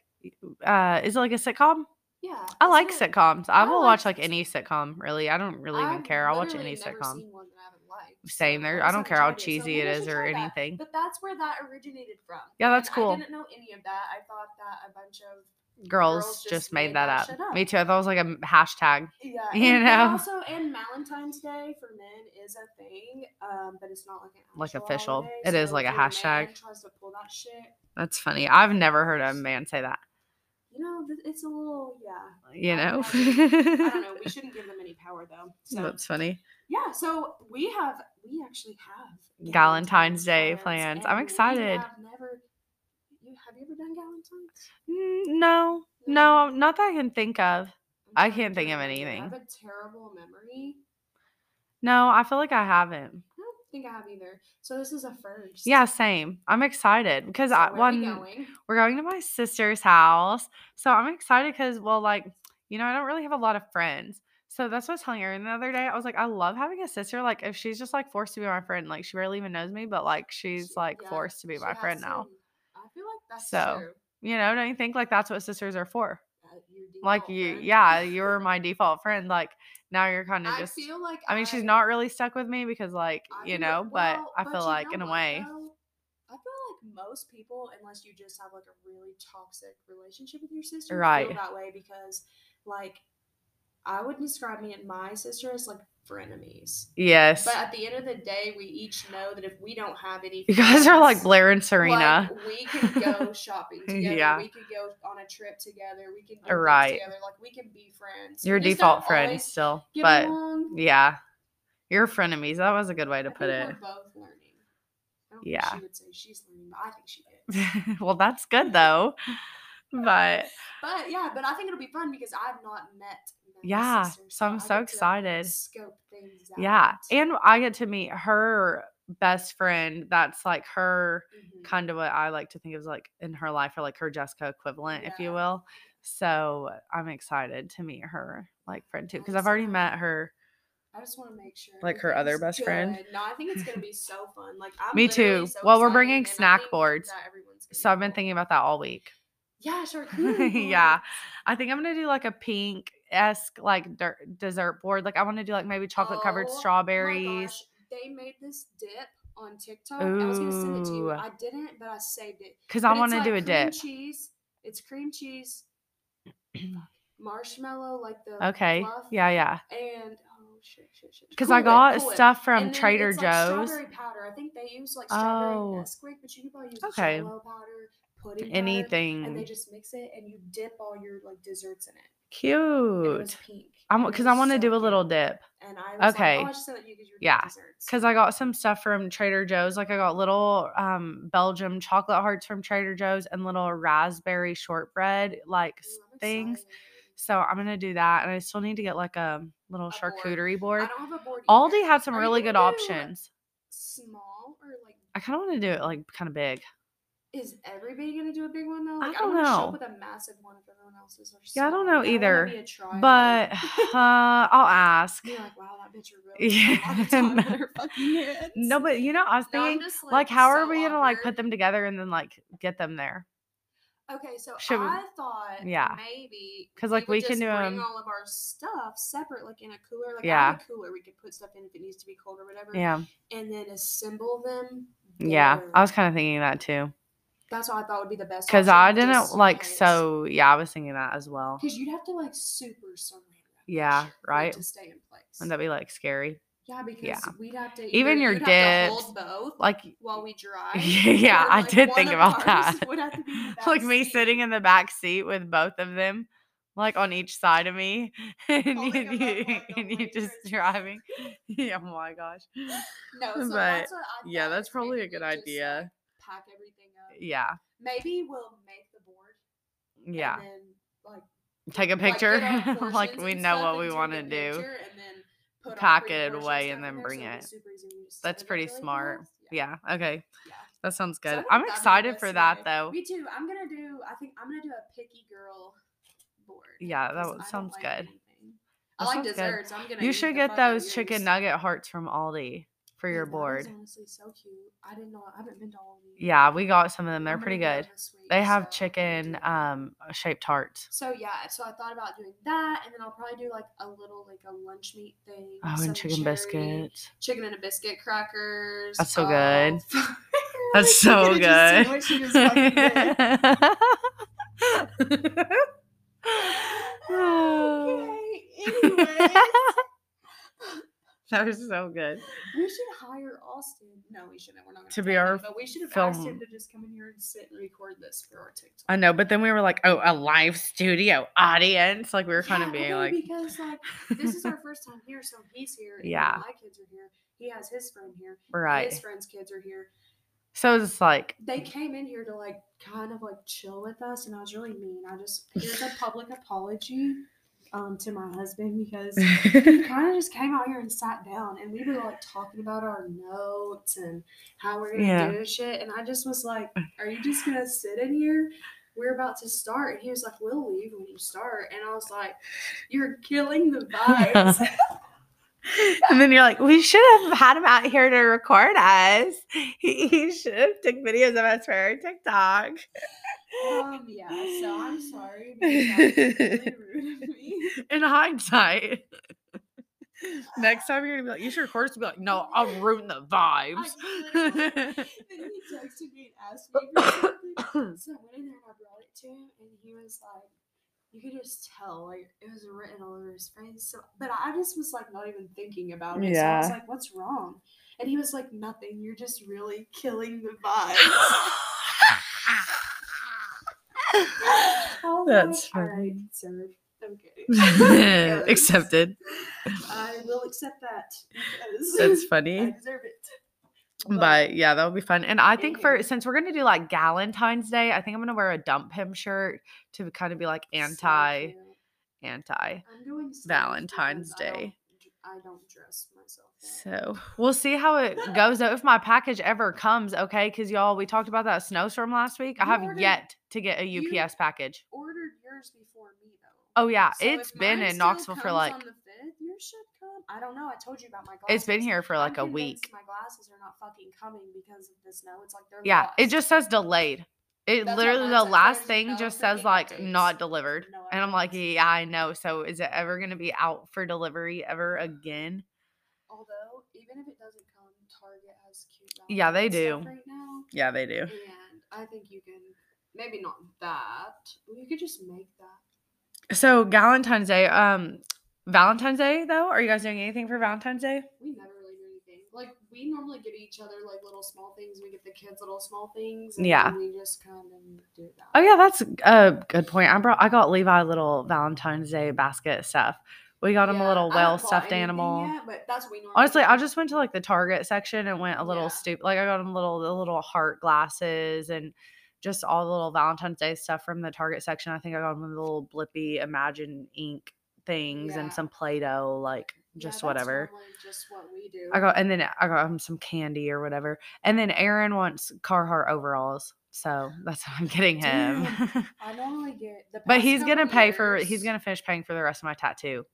Speaker 1: uh is it like a sitcom?
Speaker 2: Yeah,
Speaker 1: I
Speaker 2: it's
Speaker 1: like
Speaker 2: good.
Speaker 1: sitcoms. I
Speaker 2: I
Speaker 1: will
Speaker 2: like
Speaker 1: watch like
Speaker 2: sitcoms.
Speaker 1: any sitcom, really. I don't really even
Speaker 2: I've
Speaker 1: care. I'll watch
Speaker 2: literally
Speaker 1: any
Speaker 2: never
Speaker 1: sitcom.
Speaker 2: seen one that I haven't liked,
Speaker 1: Same
Speaker 2: so
Speaker 1: there.
Speaker 2: I've
Speaker 1: I don't
Speaker 2: just haven't
Speaker 1: care how
Speaker 2: tried it, so
Speaker 1: cheesy
Speaker 2: maybe
Speaker 1: it
Speaker 2: I
Speaker 1: is
Speaker 2: should
Speaker 1: or
Speaker 2: try that.
Speaker 1: anything.
Speaker 2: But that's where that originated from.
Speaker 1: Yeah, that's
Speaker 2: And
Speaker 1: cool.
Speaker 2: I didn't know any of that. I thought that a bunch of
Speaker 1: Girls,
Speaker 2: girls
Speaker 1: just,
Speaker 2: just
Speaker 1: made
Speaker 2: made
Speaker 1: that
Speaker 2: that
Speaker 1: up.
Speaker 2: shit up.
Speaker 1: Me too. I thought it was like a m- hashtag.
Speaker 2: yeah,
Speaker 1: You
Speaker 2: and, and
Speaker 1: know.
Speaker 2: also, and Valentine's Day for men is a thing, um, but it's not like an
Speaker 1: Like
Speaker 2: actual
Speaker 1: official.
Speaker 2: Holiday,
Speaker 1: It is
Speaker 2: so
Speaker 1: like a
Speaker 2: if your man
Speaker 1: hashtag.
Speaker 2: tries to pull that shit.
Speaker 1: That's funny. I've never heard a man say that.
Speaker 2: You know, th- it's a little yeah.
Speaker 1: You
Speaker 2: I
Speaker 1: know?
Speaker 2: don't I don't know. We shouldn't give them any power though. So
Speaker 1: That's funny.
Speaker 2: Yeah, so we have we actually have
Speaker 1: Galentine's Day plans. I'm
Speaker 2: and we
Speaker 1: excited.
Speaker 2: have never- you- have you ever done Galentine's?
Speaker 1: Mm, No, no, not that I can think of.
Speaker 2: I'm
Speaker 1: I
Speaker 2: trying
Speaker 1: can't
Speaker 2: to
Speaker 1: think of
Speaker 2: remember.
Speaker 1: anything.
Speaker 2: I have a terrible memory.
Speaker 1: No, I feel like I haven't.
Speaker 2: I don't think I have either. So this is a first.
Speaker 1: Yeah, same. I'm excited because
Speaker 2: So
Speaker 1: I
Speaker 2: where are we
Speaker 1: one
Speaker 2: going?
Speaker 1: we're going to my sister's house. So I'm excited because, well, like, you know, I don't really have a lot of friends. So that's what I was telling her the other day. I was like, I love having a sister. Like, if she's just like forced to be my friend, like, she barely even knows me, but like, she's
Speaker 2: She-
Speaker 1: like
Speaker 2: yeah,
Speaker 1: forced to be
Speaker 2: she
Speaker 1: my
Speaker 2: has
Speaker 1: friend now.
Speaker 2: to. I feel like that's
Speaker 1: So,
Speaker 2: true.
Speaker 1: You know, don't you think like that's what sisters are for?
Speaker 2: Uh, your
Speaker 1: Like,
Speaker 2: default
Speaker 1: you,
Speaker 2: friend.
Speaker 1: yeah, you were my default friend. Like, now you're kind of
Speaker 2: I
Speaker 1: just,
Speaker 2: feel like
Speaker 1: I mean, she's not really stuck with me because, like,
Speaker 2: I
Speaker 1: you
Speaker 2: feel-
Speaker 1: know, but
Speaker 2: well,
Speaker 1: I feel
Speaker 2: you
Speaker 1: like
Speaker 2: know
Speaker 1: in a
Speaker 2: what,
Speaker 1: way,
Speaker 2: though? I feel like most people, unless you just have like a really toxic relationship with your sister,
Speaker 1: Right.
Speaker 2: feel that way because, like, I would describe me and my sister as like frenemies.
Speaker 1: yes.
Speaker 2: But at the end of the day, we each know that if we don't have any,
Speaker 1: You guys are like
Speaker 2: friends,
Speaker 1: Blair and Serena.
Speaker 2: like, we could go shopping together.
Speaker 1: Yeah.
Speaker 2: We could go on a trip together. We can do things
Speaker 1: Right.
Speaker 2: together. Like we can be friends.
Speaker 1: your
Speaker 2: We just
Speaker 1: default
Speaker 2: don't
Speaker 1: friend
Speaker 2: always
Speaker 1: still.
Speaker 2: get
Speaker 1: But
Speaker 2: along.
Speaker 1: yeah. You're frenemies. That was a good way to
Speaker 2: I
Speaker 1: put
Speaker 2: think
Speaker 1: it.
Speaker 2: We're both learning. I don't
Speaker 1: Yeah.
Speaker 2: Think she would say she's learning, but I think she did.
Speaker 1: well, that's good though. But
Speaker 2: But yeah, but I think it'll be fun because I've not met. Matt's
Speaker 1: yeah,
Speaker 2: sister,
Speaker 1: so I'm
Speaker 2: I
Speaker 1: so
Speaker 2: get to
Speaker 1: excited.
Speaker 2: Scope things out.
Speaker 1: Yeah. And I get to meet her best friend. That's like her
Speaker 2: Mhm.
Speaker 1: kind of what I like to think of as like in her life or like her Jessica equivalent, if
Speaker 2: Yeah.
Speaker 1: you will. So I'm excited to meet her like friend too.
Speaker 2: I'm
Speaker 1: Cause I've already
Speaker 2: excited.
Speaker 1: met her.
Speaker 2: I just want to make sure.
Speaker 1: Like her other
Speaker 2: everything's
Speaker 1: best friend?
Speaker 2: good. No, I think it's gonna be so fun. Like I'm
Speaker 1: Me too.
Speaker 2: literally so
Speaker 1: Well, we're
Speaker 2: excited,
Speaker 1: bringing
Speaker 2: and I
Speaker 1: snack
Speaker 2: think
Speaker 1: boards,
Speaker 2: that everyone's gonna
Speaker 1: So I've
Speaker 2: be
Speaker 1: been
Speaker 2: cool.
Speaker 1: thinking about that all week.
Speaker 2: Yeah, charcuterie.
Speaker 1: Yeah.
Speaker 2: boards.
Speaker 1: I think I'm gonna do like a pink esque like der- dessert board. Like I want to do like maybe chocolate covered
Speaker 2: Oh my My
Speaker 1: strawberries.
Speaker 2: gosh, they made this dip on TikTok. I was gonna send it to you.
Speaker 1: Ooh.
Speaker 2: I didn't, but I saved it.
Speaker 1: Cause
Speaker 2: But
Speaker 1: I
Speaker 2: it's
Speaker 1: want to
Speaker 2: like
Speaker 1: do a
Speaker 2: cream
Speaker 1: dip.
Speaker 2: Cheese. It's cream cheese, marshmallow, like the
Speaker 1: Okay.
Speaker 2: fluff,
Speaker 1: Yeah, yeah.
Speaker 2: And oh shit, shit, shit.
Speaker 1: Because
Speaker 2: Cool
Speaker 1: I
Speaker 2: it,
Speaker 1: got
Speaker 2: cool it.
Speaker 1: stuff from
Speaker 2: And then
Speaker 1: Trader
Speaker 2: it's, like,
Speaker 1: Joe's.
Speaker 2: strawberry powder. I think they use like strawberry
Speaker 1: Oh.
Speaker 2: Nesquik, but you can probably use
Speaker 1: Okay.
Speaker 2: okay. powder, pudding powder, and they
Speaker 1: Anything
Speaker 2: just mix it and you dip all your like desserts in it. And it was
Speaker 1: cute.
Speaker 2: pink.
Speaker 1: I'm
Speaker 2: and it
Speaker 1: because I
Speaker 2: was
Speaker 1: want to
Speaker 2: so
Speaker 1: do a little
Speaker 2: cute.
Speaker 1: dip.
Speaker 2: And I was
Speaker 1: Okay.
Speaker 2: like, oh, I just said that you could
Speaker 1: Yeah.
Speaker 2: desserts.
Speaker 1: Cause I got some stuff from Trader Joe's. Like I got little um Belgium chocolate hearts from Trader Joe's and little raspberry shortbread like s-
Speaker 2: Ooh, I'm
Speaker 1: things.
Speaker 2: excited.
Speaker 1: So I'm gonna do that, and I still need to get like a little
Speaker 2: A board.
Speaker 1: charcuterie
Speaker 2: I
Speaker 1: board.
Speaker 2: don't have a board.
Speaker 1: Aldi
Speaker 2: either.
Speaker 1: had some
Speaker 2: Are you
Speaker 1: really
Speaker 2: gonna
Speaker 1: good
Speaker 2: do
Speaker 1: options.
Speaker 2: Small or like
Speaker 1: I kind of want to do it like kind of big.
Speaker 2: is everybody gonna do a big one though?
Speaker 1: I
Speaker 2: Like,
Speaker 1: don't
Speaker 2: wanna show up
Speaker 1: know.
Speaker 2: With a massive one if everyone else's are
Speaker 1: Yeah, I don't
Speaker 2: small.
Speaker 1: know
Speaker 2: That would
Speaker 1: either,
Speaker 2: be a trial.
Speaker 1: But uh, I'll ask.
Speaker 2: Be like, wow, that bitch are really yeah. a lot of
Speaker 1: Yeah,
Speaker 2: time
Speaker 1: no.
Speaker 2: in her fucking hands.
Speaker 1: No, but you know, I was
Speaker 2: No, I'm
Speaker 1: thinking,
Speaker 2: just,
Speaker 1: like, how are
Speaker 2: so
Speaker 1: we gonna like put
Speaker 2: awkward.
Speaker 1: them together and then like get them there?
Speaker 2: Okay, so
Speaker 1: Should we-
Speaker 2: I thought
Speaker 1: yeah.
Speaker 2: maybe
Speaker 1: 'Cause, like,
Speaker 2: could
Speaker 1: we can
Speaker 2: just
Speaker 1: do
Speaker 2: bring
Speaker 1: 'em-
Speaker 2: all of our stuff separate, like in a cooler. Like I
Speaker 1: Yeah.
Speaker 2: have a cooler, we could put stuff in if it needs to be cold or whatever,
Speaker 1: Yeah,
Speaker 2: and then assemble them.
Speaker 1: yeah.
Speaker 2: there.
Speaker 1: I was kind of thinking that too,
Speaker 2: That's what I thought would be the best.
Speaker 1: cause I didn't like. So yeah, I was thinking that as well.
Speaker 2: Because you'd have to like super saran wrap. that
Speaker 1: Yeah,
Speaker 2: shit for it
Speaker 1: right?
Speaker 2: To stay in place.
Speaker 1: Wouldn't that be like scary?
Speaker 2: yeah, because we'd have to
Speaker 1: Even your
Speaker 2: you'd have to
Speaker 1: dips,
Speaker 2: hold both
Speaker 1: Like,
Speaker 2: while we dry.
Speaker 1: yeah,
Speaker 2: or,
Speaker 1: I
Speaker 2: like,
Speaker 1: did
Speaker 2: one
Speaker 1: think
Speaker 2: of
Speaker 1: about
Speaker 2: ours
Speaker 1: that.
Speaker 2: Would have to be in the
Speaker 1: like
Speaker 2: back
Speaker 1: me
Speaker 2: seat.
Speaker 1: sitting in the back seat with both of them, like on each side of me,
Speaker 2: Oh
Speaker 1: and you,
Speaker 2: Holding 'em up
Speaker 1: you-
Speaker 2: like a
Speaker 1: and you
Speaker 2: waitress.
Speaker 1: just driving. yeah, oh my gosh.
Speaker 2: No, so
Speaker 1: but,
Speaker 2: that's what I
Speaker 1: Yeah,
Speaker 2: thought
Speaker 1: that's
Speaker 2: is
Speaker 1: probably
Speaker 2: maybe
Speaker 1: a good
Speaker 2: we just, like,
Speaker 1: idea.
Speaker 2: pack everything up.
Speaker 1: Yeah,
Speaker 2: Maybe we'll make the board.
Speaker 1: yeah.
Speaker 2: And then, like
Speaker 1: Take a
Speaker 2: like, get
Speaker 1: picture,
Speaker 2: our
Speaker 1: like
Speaker 2: portions
Speaker 1: we
Speaker 2: and
Speaker 1: know
Speaker 2: stuff
Speaker 1: what
Speaker 2: and
Speaker 1: we
Speaker 2: take
Speaker 1: want to
Speaker 2: a
Speaker 1: do.
Speaker 2: picture and then put our
Speaker 1: Pack it
Speaker 2: pre-portioned
Speaker 1: away
Speaker 2: stuff
Speaker 1: and
Speaker 2: in
Speaker 1: then
Speaker 2: there
Speaker 1: bring
Speaker 2: so it'll be
Speaker 1: it.
Speaker 2: super easy when we just set
Speaker 1: That's
Speaker 2: it up
Speaker 1: pretty
Speaker 2: really
Speaker 1: smart.
Speaker 2: fast.
Speaker 1: Yeah. Okay.
Speaker 2: Yeah.
Speaker 1: That sounds
Speaker 2: So I
Speaker 1: good.
Speaker 2: think
Speaker 1: I'm
Speaker 2: that'd be the
Speaker 1: excited for
Speaker 2: best
Speaker 1: that
Speaker 2: way.
Speaker 1: though.
Speaker 2: Me too. I'm gonna do. I think I'm gonna do a picky girl board.
Speaker 1: Yeah, that
Speaker 2: because
Speaker 1: would-
Speaker 2: I don't
Speaker 1: sounds
Speaker 2: like
Speaker 1: good.
Speaker 2: anything. I
Speaker 1: That
Speaker 2: like
Speaker 1: sounds good.
Speaker 2: desserts. I'm gonna.
Speaker 1: You
Speaker 2: eat
Speaker 1: should
Speaker 2: the
Speaker 1: get
Speaker 2: fuck out of
Speaker 1: those chicken
Speaker 2: yours.
Speaker 1: nugget hearts from Aldi for
Speaker 2: Hey,
Speaker 1: your
Speaker 2: that was
Speaker 1: board.
Speaker 2: Honestly, so cute. I didn't know. I haven't been to all these.
Speaker 1: Yeah, we got some of them. They're
Speaker 2: I'm
Speaker 1: pretty
Speaker 2: gonna go
Speaker 1: good.
Speaker 2: this week,
Speaker 1: They have
Speaker 2: so I'm gonna do
Speaker 1: chicken
Speaker 2: that.
Speaker 1: um shaped tarts.
Speaker 2: So yeah, so I thought about doing that, and then I'll probably do like a little like a lunch meat thing.
Speaker 1: Oh,
Speaker 2: some
Speaker 1: and chicken
Speaker 2: cherry,
Speaker 1: biscuits.
Speaker 2: chicken and a biscuit crackers.
Speaker 1: That's so good.
Speaker 2: uh,
Speaker 1: That's
Speaker 2: you
Speaker 1: so
Speaker 2: could've just seen
Speaker 1: good.
Speaker 2: what she was fucking doing.
Speaker 1: Oh,
Speaker 2: okay. Anyways,
Speaker 1: that was so good.
Speaker 2: we should hire Austin. No, we shouldn't. We're not going
Speaker 1: To be our
Speaker 2: but we should have asked
Speaker 1: film-
Speaker 2: him to just come in here and sit and record this for our TikTok.
Speaker 1: I know, but then we were like, oh, a live studio audience. Like we were kind
Speaker 2: Yeah,
Speaker 1: of being
Speaker 2: okay,
Speaker 1: like,
Speaker 2: because like this is our first time here, so he's here. and
Speaker 1: Yeah.
Speaker 2: my kids are here. He has his friend here.
Speaker 1: right.
Speaker 2: His friend's kids are here.
Speaker 1: So it's like,
Speaker 2: they came in here to like kind of like chill with us, and I was really mean. I just here's a public apology um, to my husband because he kind of just came out here and sat down, and we were like talking about our notes and how we're gonna
Speaker 1: Yeah.
Speaker 2: do shit, and I just was like, "Are you just gonna sit in here?" We're about to start, and he was like, "We'll leave when you start," and I was like, "You're killing the vibes."
Speaker 1: and then you're like, we should have had him out here to record us. He, he should have took videos of us for our TikTok.
Speaker 2: um, yeah, so I'm sorry. But that was really rude of me.
Speaker 1: In hindsight, next time you're gonna be like, you should record us. Be like, no, I'm ruining the
Speaker 2: I
Speaker 1: vibes.
Speaker 2: literally- then he texted me and asked me for something. So I went in there and I brought it to him, and he was like, "You could just tell, like it was written all over his face." So, but I just was like not even thinking about it. So I was
Speaker 1: Yeah.
Speaker 2: like, "What's wrong?" And he was like, "Nothing. You're just really killing the vibe." I was
Speaker 1: That's
Speaker 2: like, "All right,
Speaker 1: funny.
Speaker 2: sir. Okay. Yeah, that's-
Speaker 1: Accepted.
Speaker 2: I will accept that. because
Speaker 1: That's
Speaker 2: I
Speaker 1: funny.
Speaker 2: deserve it.
Speaker 1: But yeah, that would be fun. And I think for
Speaker 2: yeah.
Speaker 1: since we're gonna do like Galentine's Day, I think I'm gonna wear a dump him shirt to kind of be like
Speaker 2: so
Speaker 1: anti
Speaker 2: cute.
Speaker 1: anti.
Speaker 2: I'm doing stuff
Speaker 1: Valentine's
Speaker 2: because I don't
Speaker 1: Day.
Speaker 2: d- I don't dress myself. up.
Speaker 1: So we'll see how it goes though. If my package ever comes, okay, because y'all we talked about that snowstorm last week. I
Speaker 2: You
Speaker 1: have
Speaker 2: ordered-
Speaker 1: yet to get a
Speaker 2: you-
Speaker 1: UPS package.
Speaker 2: Ordered yours before me though.
Speaker 1: Oh yeah,
Speaker 2: So if
Speaker 1: it's been
Speaker 2: mine
Speaker 1: in
Speaker 2: still
Speaker 1: Knoxville for
Speaker 2: comes
Speaker 1: like
Speaker 2: On the 5th, yours should come. I don't know. I told you about my glasses.
Speaker 1: it's been here for like
Speaker 2: I'm
Speaker 1: a
Speaker 2: convinced
Speaker 1: week.
Speaker 2: My glasses are not fucking coming because of the snow. It's like they're
Speaker 1: Yeah, it
Speaker 2: lost.
Speaker 1: just says delayed. It
Speaker 2: That's what
Speaker 1: literally
Speaker 2: mine
Speaker 1: the
Speaker 2: says.
Speaker 1: last
Speaker 2: There's
Speaker 1: thing
Speaker 2: no
Speaker 1: just says
Speaker 2: freaking
Speaker 1: like
Speaker 2: updates.
Speaker 1: not delivered.
Speaker 2: No
Speaker 1: and I'm like,
Speaker 2: updates.
Speaker 1: yeah, I know. So is it ever gonna be out for delivery ever again?
Speaker 2: Although even if it doesn't come, Target has cute.
Speaker 1: Yeah, they
Speaker 2: Valentine's
Speaker 1: do.
Speaker 2: stuff Right now.
Speaker 1: Yeah, they do.
Speaker 2: And I think you can maybe not that. You could just make that.
Speaker 1: So Valentine's Day, um Valentine's Day though, are you guys doing anything for Valentine's Day?
Speaker 2: We never really do anything. Like we normally get each other like little small things. We get the kids little small things. And
Speaker 1: Yeah.
Speaker 2: then We just kind of do that.
Speaker 1: Oh yeah, that's a good point. I brought I got Levi a little Valentine's Day basket stuff. We got him a
Speaker 2: Yeah, I
Speaker 1: little
Speaker 2: haven't
Speaker 1: whale
Speaker 2: bought
Speaker 1: stuffed
Speaker 2: anything
Speaker 1: animal.
Speaker 2: yet, but that's what we normally
Speaker 1: Honestly,
Speaker 2: do.
Speaker 1: I just went to like the Target section and went a little
Speaker 2: Yeah.
Speaker 1: stupid. Like I got him little the little heart glasses and just all the little Valentine's Day stuff from the Target section. I think I got him the little blippy Imagine ink things
Speaker 2: Yeah.
Speaker 1: and some Play-Doh, like
Speaker 2: Yeah,
Speaker 1: just
Speaker 2: that's
Speaker 1: whatever.
Speaker 2: normally just what we do.
Speaker 1: I got and then I got him some candy or whatever. And then Aaron wants Carhartt overalls. So that's what I'm getting him.
Speaker 2: I normally get the.
Speaker 1: but
Speaker 2: past
Speaker 1: he's
Speaker 2: couple
Speaker 1: gonna pay for he's
Speaker 2: years-
Speaker 1: gonna finish paying for the rest of my tattoo.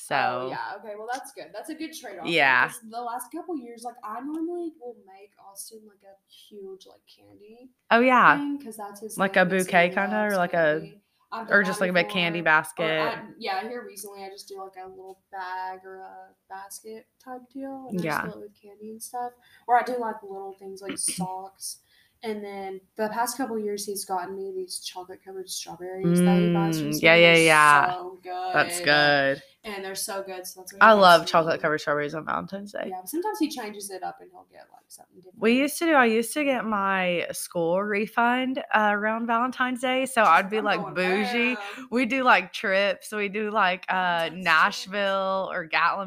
Speaker 1: So
Speaker 2: Oh, yeah. Okay. Well, that's good. That's a good trade off.
Speaker 1: Yeah.
Speaker 2: The last couple years, like I normally will make Austin like a huge like candy
Speaker 1: oh yeah.
Speaker 2: because that's his
Speaker 1: Like a
Speaker 2: thing, so he
Speaker 1: bouquet kinda, or
Speaker 2: loves
Speaker 1: like a-
Speaker 2: candy. I've done
Speaker 1: or
Speaker 2: that
Speaker 1: just like a big candy
Speaker 2: before,
Speaker 1: basket.
Speaker 2: or I- yeah, here recently I just do like a little bag or a basket type deal, and I
Speaker 1: Yeah.
Speaker 2: just fill it with candy and stuff. Or I do like little things like socks. And then the past couple years, he's gotten me these chocolate covered strawberries that he buys from
Speaker 1: Mm, yeah,
Speaker 2: Spencer's.
Speaker 1: yeah, yeah.
Speaker 2: So good.
Speaker 1: That's good.
Speaker 2: and they're so good. So that's what
Speaker 1: I
Speaker 2: he
Speaker 1: love
Speaker 2: makes
Speaker 1: chocolate
Speaker 2: me.
Speaker 1: covered strawberries on Valentine's Day.
Speaker 2: Yeah, but sometimes he changes it up and he'll get like something different.
Speaker 1: We used to do, I used to get my school refund uh, around Valentine's Day. So I'd be
Speaker 2: I'm
Speaker 1: like
Speaker 2: going
Speaker 1: bougie.
Speaker 2: brown.
Speaker 1: We do like trips. We do like uh,
Speaker 2: Valentine's Day.
Speaker 1: Nashville or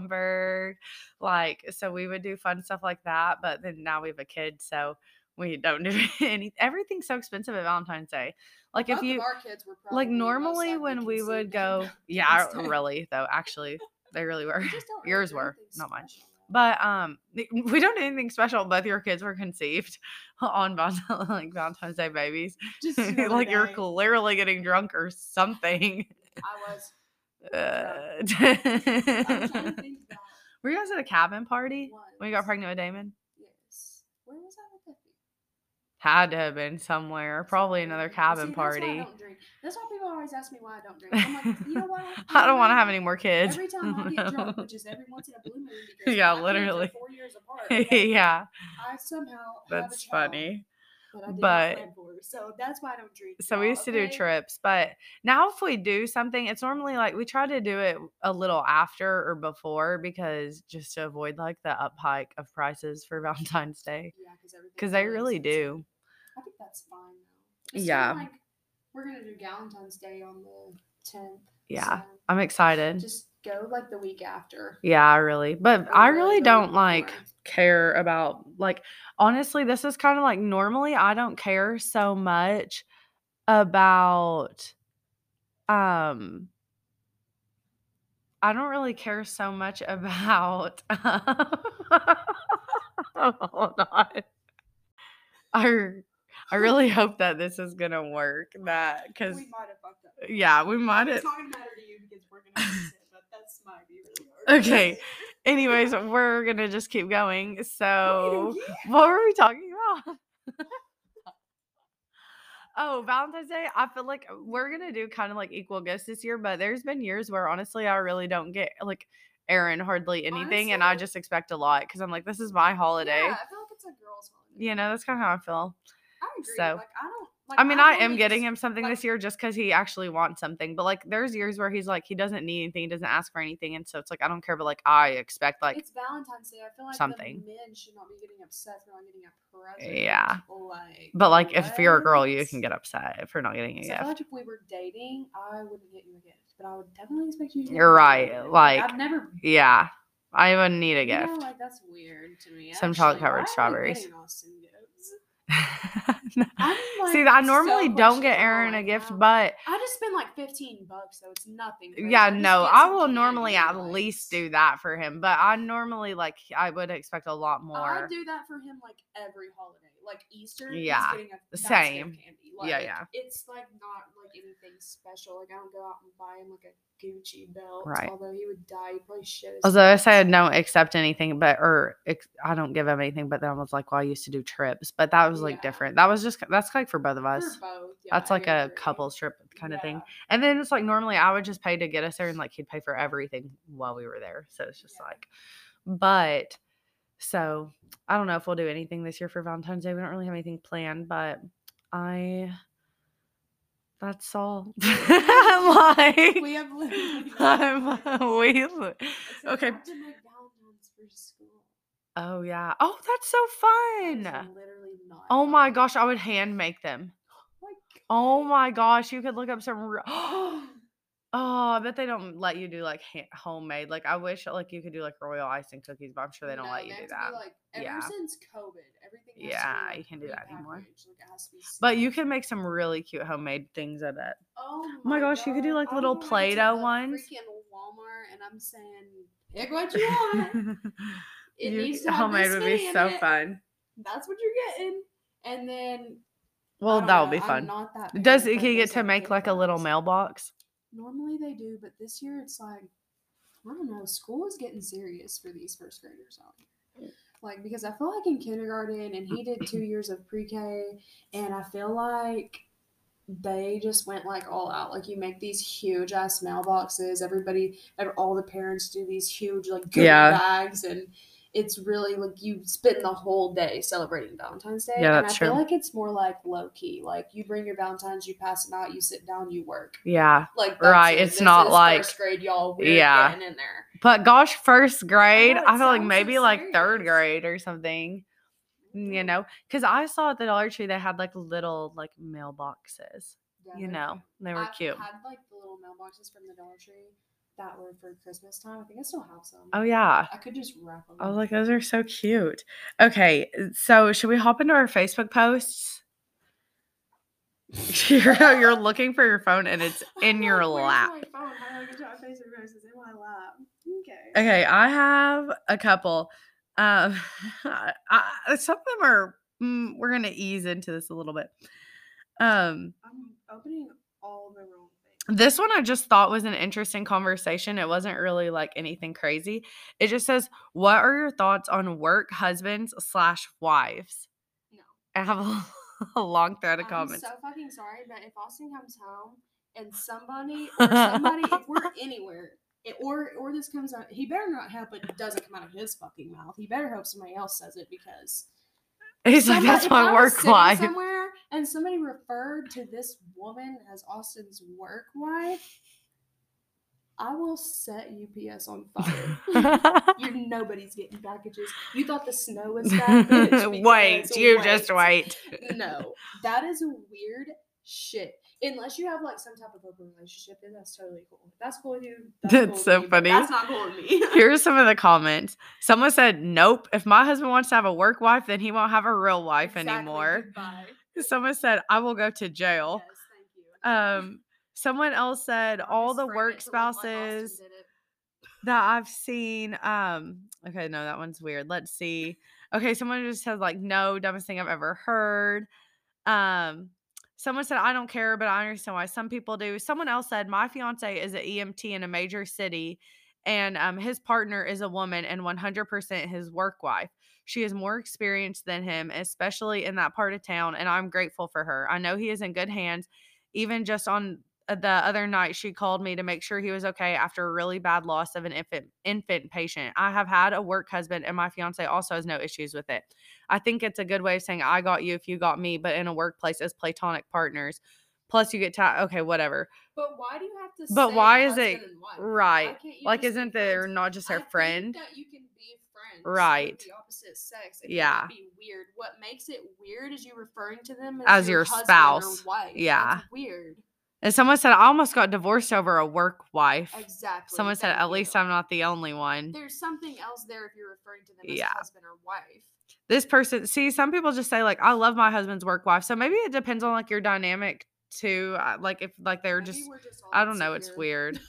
Speaker 1: Gatlinburg. Like, so we would do fun stuff like that. But then now we have a kid. So we don't do any, everything's so expensive at Valentine's Day. Like, if
Speaker 2: Both of
Speaker 1: you,
Speaker 2: our kids were
Speaker 1: like,
Speaker 2: probably most
Speaker 1: normally
Speaker 2: likely
Speaker 1: when we would
Speaker 2: conceived
Speaker 1: go,
Speaker 2: on
Speaker 1: yeah,
Speaker 2: Valentine's Day.
Speaker 1: really, though, actually, they really were.
Speaker 2: We just don't really
Speaker 1: Yours
Speaker 2: do
Speaker 1: were,
Speaker 2: anything
Speaker 1: not mine.
Speaker 2: special, though.
Speaker 1: But um, th- we don't do anything special. Both your kids were conceived on Valentine's, like Valentine's Day babies.
Speaker 2: just another
Speaker 1: like you're
Speaker 2: day.
Speaker 1: clearly getting drunk or something.
Speaker 2: I was.
Speaker 1: Uh,
Speaker 2: I'm trying to think about
Speaker 1: were you guys at a cabin party when you got
Speaker 2: Uh, once.
Speaker 1: pregnant with Damon?
Speaker 2: Yes. Where was I with Effie?
Speaker 1: Had to have been somewhere, probably
Speaker 2: Somewhere.
Speaker 1: another
Speaker 2: See,
Speaker 1: cabin
Speaker 2: that's why I
Speaker 1: party.
Speaker 2: don't drink. That's why people always ask me why I don't drink. I'm like, you know what?
Speaker 1: I don't want to
Speaker 2: Never
Speaker 1: have
Speaker 2: mind.
Speaker 1: any more kids.
Speaker 2: Every time I get drunk,
Speaker 1: No.
Speaker 2: which is every once in a blue moon, because
Speaker 1: Yeah,
Speaker 2: my kids are
Speaker 1: literally.
Speaker 2: four years apart. okay?
Speaker 1: yeah,
Speaker 2: I somehow have a
Speaker 1: that's
Speaker 2: child
Speaker 1: funny.
Speaker 2: that I did not
Speaker 1: but-
Speaker 2: plan for, so that's why I don't drink.
Speaker 1: So we
Speaker 2: y'all,
Speaker 1: used to
Speaker 2: okay?
Speaker 1: do trips, but now if we do something, it's normally like we try to do it a little after or before because just to avoid like the up hike of prices for Valentine's Day
Speaker 2: Yeah, because everything.
Speaker 1: because they really do.
Speaker 2: I think that's fine though. It's kinda
Speaker 1: Yeah.
Speaker 2: Like, we're gonna do Valentine's Day on the tenth.
Speaker 1: Yeah, I'm excited.
Speaker 2: just go like the week after.
Speaker 1: Yeah, I really, but
Speaker 2: or
Speaker 1: I
Speaker 2: really
Speaker 1: really
Speaker 2: the
Speaker 1: don't
Speaker 2: week
Speaker 1: like
Speaker 2: before.
Speaker 1: care about like honestly, this is kind of like normally I don't care so much about um I don't really care so much about hold on. I I really hope that this is gonna work. That because
Speaker 2: We might have fucked up.
Speaker 1: yeah, we might have
Speaker 2: It's not gonna matter to you because we're gonna fix it, but that's might be really hard.
Speaker 1: Okay, anyways, we're gonna just keep going. So
Speaker 2: Okey-dokey.
Speaker 1: what were we talking about? oh, Valentine's Day. I feel like uh, we're gonna do kind of like equal gifts this year, but there's been years where honestly I really don't get like Aaron hardly anything, and I
Speaker 2: Honestly-
Speaker 1: just expect a lot because I'm like, this is my holiday.
Speaker 2: Yeah, I feel like it's a girl's holiday.
Speaker 1: You know, that's kind of how I feel.
Speaker 2: I agree.
Speaker 1: so-
Speaker 2: Like I don't Like,
Speaker 1: I mean, I,
Speaker 2: don't
Speaker 1: am
Speaker 2: need
Speaker 1: getting
Speaker 2: this-
Speaker 1: him something
Speaker 2: like-
Speaker 1: this year just because he actually wants something. But like, there's years where he's like, he doesn't need anything, he doesn't ask for anything, and so it's like, I don't care. But like, I expect like,
Speaker 2: it's Valentine's Day. I feel like
Speaker 1: something.
Speaker 2: something. men should not be getting upset for not getting a present.
Speaker 1: yeah.
Speaker 2: Like,
Speaker 1: But like, if you're a girl, you
Speaker 2: what?
Speaker 1: can get upset for not getting a
Speaker 2: So I
Speaker 1: gift.
Speaker 2: feel like if we were dating, I wouldn't get you a gift, but I would definitely expect you. to get
Speaker 1: You're
Speaker 2: me a
Speaker 1: right,
Speaker 2: gift.
Speaker 1: like,
Speaker 2: I've never.
Speaker 1: yeah, I would need a
Speaker 2: Yeah,
Speaker 1: gift.
Speaker 2: like that's weird to me.
Speaker 1: Some chocolate
Speaker 2: actually. Why
Speaker 1: covered
Speaker 2: am I
Speaker 1: strawberries.
Speaker 2: getting Austin gifts?
Speaker 1: No.
Speaker 2: I'm,
Speaker 1: See,
Speaker 2: like,
Speaker 1: I normally
Speaker 2: so
Speaker 1: don't get
Speaker 2: questionable
Speaker 1: Aaron a
Speaker 2: right
Speaker 1: gift,
Speaker 2: now.
Speaker 1: but
Speaker 2: I just spend like fifteen bucks, so it's nothing. crazy.
Speaker 1: yeah,
Speaker 2: I just
Speaker 1: no,
Speaker 2: get
Speaker 1: I
Speaker 2: some
Speaker 1: will
Speaker 2: candy,
Speaker 1: normally at
Speaker 2: like-
Speaker 1: least do that for him. But I normally like, I would expect a lot
Speaker 2: I
Speaker 1: more.
Speaker 2: do that for him like every holiday, like Easter.
Speaker 1: Yeah,
Speaker 2: he's getting a basket of
Speaker 1: same.
Speaker 2: Candy. Like,
Speaker 1: Yeah, yeah.
Speaker 2: It's like not like anything special. Like I don't go out and buy him like a Gucci belt.
Speaker 1: Right.
Speaker 2: Although he would die, he probably shit. his
Speaker 1: Although I
Speaker 2: pants.
Speaker 1: said don't accept anything, but or ex- I don't give him anything. But then I was like, well, I used to do trips, but that was like
Speaker 2: Yeah.
Speaker 1: different. That was just that's like for both of us.
Speaker 2: For both, yeah,
Speaker 1: that's
Speaker 2: I
Speaker 1: like a
Speaker 2: agree.
Speaker 1: couple's trip kind of thing.
Speaker 2: Yeah.
Speaker 1: And then it's like normally I would just pay to get us there, and like he'd pay for everything while we were there. So it's just
Speaker 2: Yeah.
Speaker 1: like, but so I don't know if we'll do anything this year for Valentine's Day. We don't really have anything planned, but I. That's all. like,
Speaker 2: We have literally
Speaker 1: I'm, uh, we,
Speaker 2: It's
Speaker 1: okay.
Speaker 2: I have to make Valentine's for school.
Speaker 1: Oh yeah. Oh, that's so
Speaker 2: That is
Speaker 1: fun.
Speaker 2: Literally not.
Speaker 1: Oh
Speaker 2: fun.
Speaker 1: my gosh, I would hand make them.
Speaker 2: Like,
Speaker 1: Oh my gosh, you could look up some. re- Oh,
Speaker 2: oh,
Speaker 1: I bet they don't let you do like ha- homemade. Like I wish like you could do like royal icing cookies, but I'm sure they don't
Speaker 2: no,
Speaker 1: let
Speaker 2: they
Speaker 1: you do
Speaker 2: have to be,
Speaker 1: that.
Speaker 2: Like, ever
Speaker 1: Yeah.
Speaker 2: since COVID, everything. has to be,
Speaker 1: Yeah,
Speaker 2: like,
Speaker 1: you can't do that anymore.
Speaker 2: prepackaged. Like, it has to be
Speaker 1: But you
Speaker 2: sealed.
Speaker 1: can make some really cute homemade things. I bet.
Speaker 2: Oh
Speaker 1: my gosh, you could do, like,
Speaker 2: I
Speaker 1: little
Speaker 2: went to
Speaker 1: Play-Doh
Speaker 2: the
Speaker 1: ones.
Speaker 2: Freaking Walmart, and I'm saying, pick what you want. It
Speaker 1: You-
Speaker 2: needs to have
Speaker 1: homemade
Speaker 2: this
Speaker 1: would
Speaker 2: many
Speaker 1: be
Speaker 2: in
Speaker 1: so
Speaker 2: it.
Speaker 1: fun.
Speaker 2: That's what you're getting. And then I
Speaker 1: Well,
Speaker 2: don't
Speaker 1: that would
Speaker 2: know,
Speaker 1: be
Speaker 2: I'm
Speaker 1: fun.
Speaker 2: not that big
Speaker 1: Does
Speaker 2: of a
Speaker 1: it can you get
Speaker 2: person
Speaker 1: to
Speaker 2: with
Speaker 1: make
Speaker 2: gift
Speaker 1: like a little
Speaker 2: bags.
Speaker 1: mailbox?
Speaker 2: Normally they do, but this year it's like I don't know. School is getting serious for these first graders out here. Like because I feel like in kindergarten and he did two years of pre-K, and I feel like they just went like all out. Like you make these huge ass mailboxes. Everybody, ev- all the parents do these huge like goodie
Speaker 1: Yeah.
Speaker 2: bags, and it's really like you spend the whole day celebrating Valentine's Day.
Speaker 1: Yeah,
Speaker 2: and
Speaker 1: that's
Speaker 2: I feel
Speaker 1: true.
Speaker 2: like it's more like low key. Like you bring your Valentine's, you pass them out, you sit down, you work
Speaker 1: Yeah.
Speaker 2: like
Speaker 1: Right,
Speaker 2: it.
Speaker 1: it's not like-
Speaker 2: first grade y'all we're
Speaker 1: Yeah.
Speaker 2: getting in there
Speaker 1: But gosh, first grade,
Speaker 2: know, it
Speaker 1: I feel like
Speaker 2: sounds so
Speaker 1: maybe like third
Speaker 2: serious. Mm.
Speaker 1: grade or something, you know? Because I saw at the Dollar Tree they had like little like mailboxes,
Speaker 2: Yeah,
Speaker 1: you
Speaker 2: they're
Speaker 1: know? They
Speaker 2: cute.
Speaker 1: were
Speaker 2: I've
Speaker 1: cute.
Speaker 2: had like the little mailboxes from the dollar tree that were for christmas time i think i still have some
Speaker 1: Oh, yeah.
Speaker 2: i could just wrap them
Speaker 1: I was like, those are so cute. Okay, uh, so should we hop into our Facebook posts? you're, you're looking for your phone and it's in your lap.
Speaker 2: okay
Speaker 1: Okay, I have a couple. Um, I, I- some of them are. Mm, we're gonna ease into this a little bit. Um,
Speaker 2: i'm opening all the wrong things
Speaker 1: this one I just thought was an interesting conversation. It wasn't really like anything crazy. It just says, "What are your thoughts on work husbands slash wives?"
Speaker 2: No.
Speaker 1: I have a, a long thread of
Speaker 2: i'm
Speaker 1: comments.
Speaker 2: so fucking sorry but if austin comes home and somebody or somebody if we're anywhere it- or or this comes out he better not help it doesn't come out of his fucking mouth he better hope somebody else says it because
Speaker 1: He's like,
Speaker 2: Somebody-
Speaker 1: "That's
Speaker 2: if
Speaker 1: my
Speaker 2: I was
Speaker 1: work
Speaker 2: sitting
Speaker 1: wife."
Speaker 2: Somewhere and somebody referred to this woman as Austin's work wife. I will set UPS on fire. You're nobody's getting packages. You thought the snow was bad. bitch,
Speaker 1: wait,
Speaker 2: because
Speaker 1: you just
Speaker 2: wait.
Speaker 1: wait.
Speaker 2: No, that is weird shit. Unless you have like some type of open relationship, then that's totally cool. If That's cool with you.
Speaker 1: That's
Speaker 2: cool with
Speaker 1: so
Speaker 2: me, but
Speaker 1: funny.
Speaker 2: That's not cool with me.
Speaker 1: Here's some of the comments. Someone said, Nope, if my husband wants to have a work wife, then he won't have a real wife
Speaker 2: Exactly,
Speaker 1: anymore.
Speaker 2: goodbye.
Speaker 1: Someone said, I will go to jail.
Speaker 2: Yes, thank you.
Speaker 1: Um, someone else said,
Speaker 2: I'm
Speaker 1: All
Speaker 2: just
Speaker 1: the
Speaker 2: framing
Speaker 1: work
Speaker 2: it to look like Austin
Speaker 1: spouses
Speaker 2: did it.
Speaker 1: that I've seen. Um, okay, no, that one's weird. Let's see. Okay, someone just said, like, no, dumbest thing I've ever heard. Um, someone said, I don't care, but I understand why some people do. Someone else said, my fiance is an EMT in a major city, and um, his partner is a woman and 100% his work wife. She is more experienced than him, especially in that part of town, and I'm grateful for her. I know he is in good hands, even just on uh, the other night she called me to make sure he was okay after a really bad loss of an infant infant patient. I have had a work husband and my fiance also has no issues with it. I think it's a good way of saying I got you if you got me, but in a workplace as platonic partners. Plus you get tired. Okay, whatever.
Speaker 2: But why do you have to?
Speaker 1: But
Speaker 2: say
Speaker 1: why is
Speaker 2: husband
Speaker 1: it-
Speaker 2: and wife?
Speaker 1: right.
Speaker 2: Why can't you
Speaker 1: Like,
Speaker 2: just be
Speaker 1: isn't there
Speaker 2: friends?
Speaker 1: not just
Speaker 2: I
Speaker 1: her
Speaker 2: think
Speaker 1: friend?
Speaker 2: that you can be friends.
Speaker 1: Right.
Speaker 2: With the opposite sex. It
Speaker 1: Yeah.
Speaker 2: Can't be weird. What makes it weird is you referring to them as,
Speaker 1: As your
Speaker 2: husband or
Speaker 1: spouse.
Speaker 2: wife.
Speaker 1: Yeah.
Speaker 2: That's weird.
Speaker 1: And someone said I almost got divorced over a work wife.
Speaker 2: Exactly.
Speaker 1: Someone said
Speaker 2: Thank
Speaker 1: at least
Speaker 2: you.
Speaker 1: I'm not the only one.
Speaker 2: There's something else there if you're referring to them as
Speaker 1: Yeah.
Speaker 2: husband or wife.
Speaker 1: this person see some people just say like i love my husband's work wife so maybe it depends on like your dynamic too uh, like if like they're
Speaker 2: Maybe
Speaker 1: just
Speaker 2: we're just all
Speaker 1: i don't know it's
Speaker 2: insecure.
Speaker 1: weird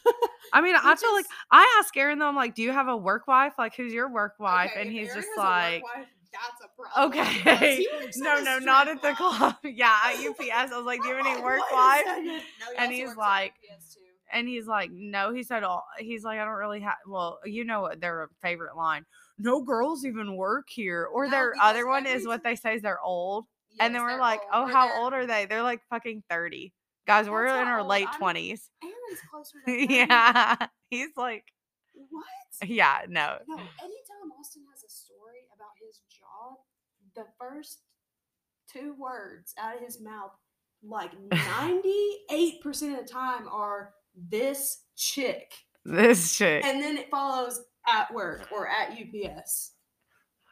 Speaker 1: i mean i
Speaker 2: Which
Speaker 1: feel like
Speaker 2: is-
Speaker 1: i ask aaron though i'm like do you have a work wife like who's your work wife
Speaker 2: Okay,
Speaker 1: and
Speaker 2: if
Speaker 1: he's
Speaker 2: Aaron
Speaker 1: just
Speaker 2: has a
Speaker 1: like
Speaker 2: work wife, that's a problem. because
Speaker 1: okay
Speaker 2: he works at
Speaker 1: no
Speaker 2: a
Speaker 1: no not
Speaker 2: strip
Speaker 1: at the
Speaker 2: club.
Speaker 1: club yeah at ups i was like do you have
Speaker 2: I'm
Speaker 1: any
Speaker 2: like,
Speaker 1: work
Speaker 2: "Wait a
Speaker 1: wife
Speaker 2: second." No, he
Speaker 1: And
Speaker 2: also
Speaker 1: he's
Speaker 2: works at
Speaker 1: like-
Speaker 2: UPS too.
Speaker 1: and he's like no he said all he's like i don't really have well you know what their favorite line no girls even work here or
Speaker 2: No,
Speaker 1: their
Speaker 2: because
Speaker 1: other one is
Speaker 2: every-
Speaker 1: what they say is they're old and then we're
Speaker 2: Yes, they're
Speaker 1: like, oh,
Speaker 2: or
Speaker 1: how
Speaker 2: they're-
Speaker 1: old are they? They're like fucking 30. Guys, we're
Speaker 2: That's
Speaker 1: in
Speaker 2: not
Speaker 1: our
Speaker 2: old.
Speaker 1: late
Speaker 2: I'm-
Speaker 1: 20s.
Speaker 2: Aaron's closer to 30.
Speaker 1: yeah. He's like,
Speaker 2: What?
Speaker 1: yeah, no.
Speaker 2: No, anytime Austin has a story about his job, the first two words out of his mouth, like 98% of the time, are this chick.
Speaker 1: This chick.
Speaker 2: And then it follows at work or at UPS.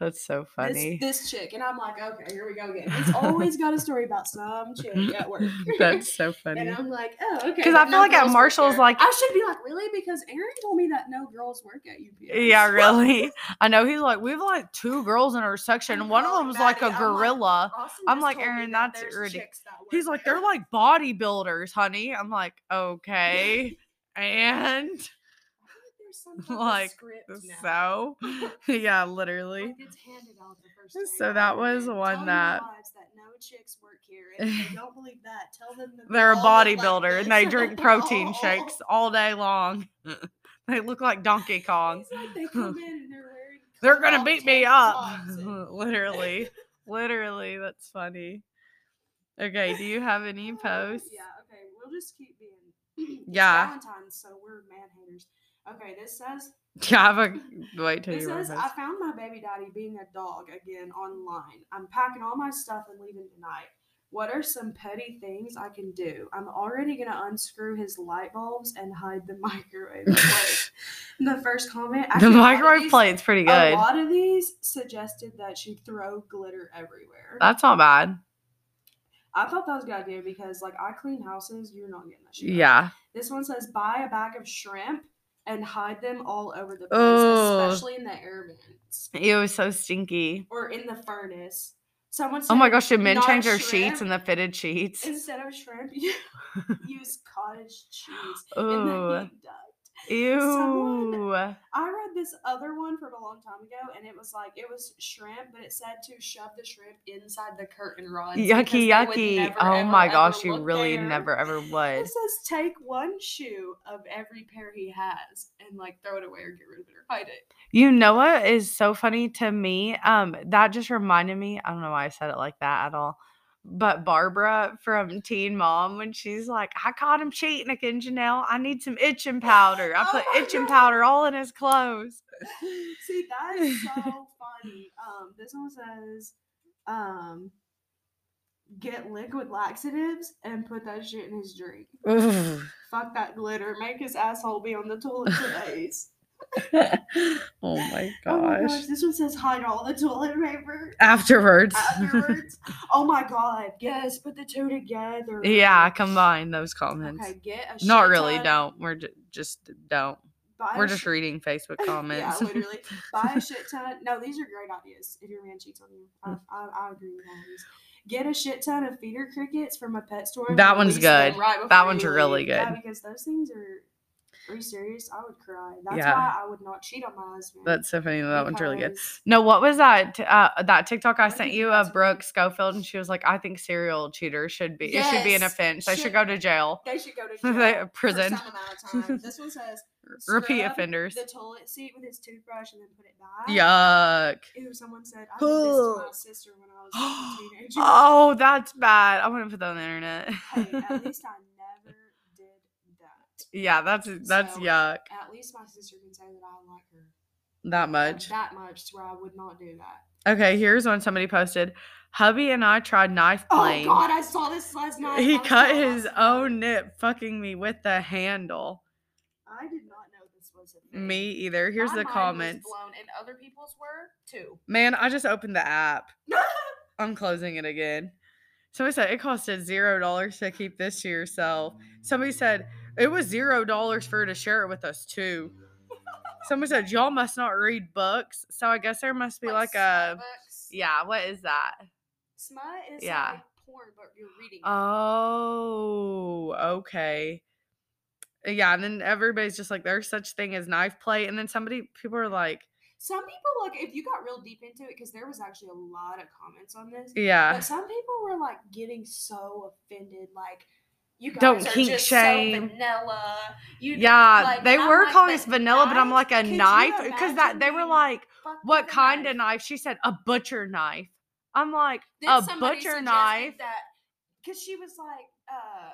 Speaker 1: That's so funny.
Speaker 2: This, this chick. And I'm like, okay, here we go again. He's always got a story about some chick at work.
Speaker 1: That's so
Speaker 2: And
Speaker 1: funny.
Speaker 2: I'm like, oh, okay.
Speaker 1: 'Cause
Speaker 2: but
Speaker 1: I feel like at
Speaker 2: girls work
Speaker 1: Marshall's,
Speaker 2: there.
Speaker 1: like-
Speaker 2: I should be like, really? Because Aaron told me that no girls work at UPS.
Speaker 1: Yeah, really. I know he's like, we have like two girls in our section.
Speaker 2: I'm
Speaker 1: One of
Speaker 2: calling
Speaker 1: them's like a
Speaker 2: Maddie. I'm like, "Oh,
Speaker 1: gorilla.
Speaker 2: Austin
Speaker 1: I'm
Speaker 2: just
Speaker 1: like,
Speaker 2: told me
Speaker 1: Aaron,
Speaker 2: that
Speaker 1: that's
Speaker 2: there's
Speaker 1: ridic-
Speaker 2: chicks that work
Speaker 1: He's like,
Speaker 2: there."
Speaker 1: they're like bodybuilders, honey. I'm like, okay. And
Speaker 2: I feel like there's some type of
Speaker 1: like,
Speaker 2: script now.
Speaker 1: so, yeah, literally.
Speaker 2: Like, it's handed out the first
Speaker 1: So
Speaker 2: thing out
Speaker 1: that
Speaker 2: every
Speaker 1: was
Speaker 2: day.
Speaker 1: one
Speaker 2: Tell your
Speaker 1: that-
Speaker 2: wives that no chicks work here. And if they don't believe that, tell them that they
Speaker 1: They're a
Speaker 2: all look like
Speaker 1: bodybuilder and
Speaker 2: this.
Speaker 1: they drink protein shakes
Speaker 2: He's
Speaker 1: all day long. they look like Donkey Kong.
Speaker 2: like, they come in and they're wearing
Speaker 1: They're gonna
Speaker 2: cutoff
Speaker 1: beat me
Speaker 2: tank
Speaker 1: up.
Speaker 2: tops and-
Speaker 1: Literally. Literally. That's funny. Okay, do you have any
Speaker 2: Oh,
Speaker 1: posts?
Speaker 2: Yeah, okay. We'll just keep being it's
Speaker 1: Yeah.
Speaker 2: Valentine's, so we're man haters. Okay, this says
Speaker 1: Yeah, I have a wait till
Speaker 2: this
Speaker 1: you run
Speaker 2: says I
Speaker 1: post.
Speaker 2: found my baby daddy being a dog again online. I'm packing all my stuff and leaving tonight. What are some petty things I can do? I'm already gonna unscrew his light bulbs and hide the microwave plate. the first comment
Speaker 1: The
Speaker 2: actually, a lot of
Speaker 1: microwave
Speaker 2: these-
Speaker 1: plate's pretty
Speaker 2: A
Speaker 1: good.
Speaker 2: lot of these suggested that she throw glitter everywhere.
Speaker 1: That's not bad.
Speaker 2: I thought that was a good idea because like I clean houses, you're not getting that shit. out.
Speaker 1: Yeah.
Speaker 2: This one says buy a bag of shrimp and hide them all over the place,
Speaker 1: Oh.
Speaker 2: especially in the air vents
Speaker 1: It was so stinky.
Speaker 2: or in the furnace. Someone said,
Speaker 1: Oh my gosh, did men
Speaker 2: not
Speaker 1: change their sheets
Speaker 2: shrimp.
Speaker 1: and the fitted sheets?
Speaker 2: Instead of shrimp, you use cottage cheese in the
Speaker 1: Ooh.
Speaker 2: heat duct.
Speaker 1: Ew.
Speaker 2: Someone- I read this other one from a long time ago, and it was like it was shrimp, but it said to shove the shrimp inside the curtain rods. because
Speaker 1: Yucky
Speaker 2: they would
Speaker 1: yucky.
Speaker 2: never,
Speaker 1: Oh
Speaker 2: ever,
Speaker 1: my
Speaker 2: ever
Speaker 1: gosh, you
Speaker 2: look
Speaker 1: really
Speaker 2: there.
Speaker 1: never ever would.
Speaker 2: It says take one shoe of every pair he has and like throw it away or get rid of it or hide it.
Speaker 1: You know what is so funny to me? Um, that just reminded me. I don't know why I said it like that at all. But Barbara from Teen Mom, when she's like, I caught him cheating again, Janelle. I need some itching powder. I
Speaker 2: Oh
Speaker 1: put
Speaker 2: my
Speaker 1: itching
Speaker 2: God.
Speaker 1: powder all in his clothes.
Speaker 2: See, that is so funny. Um, this one says, um, get liquid laxatives and put that shit in his drink. Fuck that glitter. Make his asshole be on the toilet for days.
Speaker 1: oh my
Speaker 2: Oh my gosh, this one says hide all the toilet paper.
Speaker 1: Afterwards.
Speaker 2: Afterwards, oh my god, yes, put the two together.
Speaker 1: yeah, combine those comments.
Speaker 2: Okay, get a
Speaker 1: Not
Speaker 2: shit
Speaker 1: really,
Speaker 2: ton,
Speaker 1: don't. We're ju- just don't.
Speaker 2: buy a
Speaker 1: We're just
Speaker 2: shit-
Speaker 1: reading Facebook comments.
Speaker 2: yeah, literally. Buy a shit ton. No, these are great ideas. If your man cheats on you, I,
Speaker 1: Mm.
Speaker 2: I, I agree with all these. Get a shit ton of feeder crickets from a pet store. and
Speaker 1: That one's
Speaker 2: release them
Speaker 1: good.
Speaker 2: right before
Speaker 1: That one's
Speaker 2: you
Speaker 1: really
Speaker 2: leave. Yeah,
Speaker 1: good.
Speaker 2: because those things are. Are you serious? I would cry. That's
Speaker 1: Yeah.
Speaker 2: why I would not cheat on my husband.
Speaker 1: That's so funny. That one's really good.
Speaker 2: because-
Speaker 1: No, what was that? t- Uh, that TikTok I
Speaker 2: What
Speaker 1: sent
Speaker 2: did
Speaker 1: you
Speaker 2: you
Speaker 1: of
Speaker 2: guys-
Speaker 1: Brooke Schofield, and she was like, "I think serial cheaters should be it should be an
Speaker 2: Yes,
Speaker 1: offense. They should
Speaker 2: should-
Speaker 1: go to jail,
Speaker 2: They should go to
Speaker 1: They-
Speaker 2: jail
Speaker 1: prison,
Speaker 2: For some amount of time. This one says
Speaker 1: repeat
Speaker 2: scrub
Speaker 1: offenders."
Speaker 2: The toilet seat with his toothbrush and then put it back.
Speaker 1: Yuck!
Speaker 2: Ew, someone said I did this to my
Speaker 1: Ugh.
Speaker 2: sister when I was like, a teenager.
Speaker 1: Oh, that's bad. I want to put that on the internet.
Speaker 2: hey, at least I never did
Speaker 1: Yeah, that's that's
Speaker 2: So-
Speaker 1: yuck.
Speaker 2: At least my sister can say that I like her
Speaker 1: That
Speaker 2: like,
Speaker 1: much.
Speaker 2: that much to where I would not do that.
Speaker 1: Okay, here's one somebody posted. Hubby and I tried knife
Speaker 2: Oh
Speaker 1: playing.
Speaker 2: God, I saw this last night. I
Speaker 1: he
Speaker 2: was
Speaker 1: cut
Speaker 2: so
Speaker 1: his
Speaker 2: lost.
Speaker 1: own nip, fucking me with the handle.
Speaker 2: I did not know this was a thing.
Speaker 1: Me either. Here's
Speaker 2: My
Speaker 1: the
Speaker 2: mind was
Speaker 1: comments.
Speaker 2: blown, and other people's were too.
Speaker 1: Man, I just opened the app. I'm closing it again. Somebody said it costed zero dollars to keep this to yourself. Somebody said it was zero dollars for her to share it with us too. Somebody said y'all must not read books, so I guess there must be like, a
Speaker 2: Starbucks.
Speaker 1: yeah. What is that?
Speaker 2: Smut is
Speaker 1: Yeah. Um,
Speaker 2: like porn, but you're reading. it.
Speaker 1: Oh, okay. Yeah, and then everybody's just like, there's such thing as knife play, and then somebody, people are like,
Speaker 2: some people like if you got real deep into it, because there was actually a lot of comments on this.
Speaker 1: yeah,
Speaker 2: But some people were like getting so offended, like you guys
Speaker 1: Don't
Speaker 2: are
Speaker 1: kink
Speaker 2: just
Speaker 1: shame.
Speaker 2: so vanilla. You don't-
Speaker 1: yeah,
Speaker 2: like,
Speaker 1: they
Speaker 2: I'm
Speaker 1: were
Speaker 2: like,
Speaker 1: calling us
Speaker 2: "But
Speaker 1: vanilla, but I'm
Speaker 2: knife?
Speaker 1: like a
Speaker 2: Could you
Speaker 1: knife because that
Speaker 2: imagine
Speaker 1: they were
Speaker 2: being
Speaker 1: like,
Speaker 2: fucked
Speaker 1: what
Speaker 2: with a
Speaker 1: kind
Speaker 2: knife?"
Speaker 1: of knife? She said a butcher knife. I'm like
Speaker 2: Then
Speaker 1: a
Speaker 2: somebody
Speaker 1: butcher
Speaker 2: suggested
Speaker 1: knife,
Speaker 2: that because she was like, uh,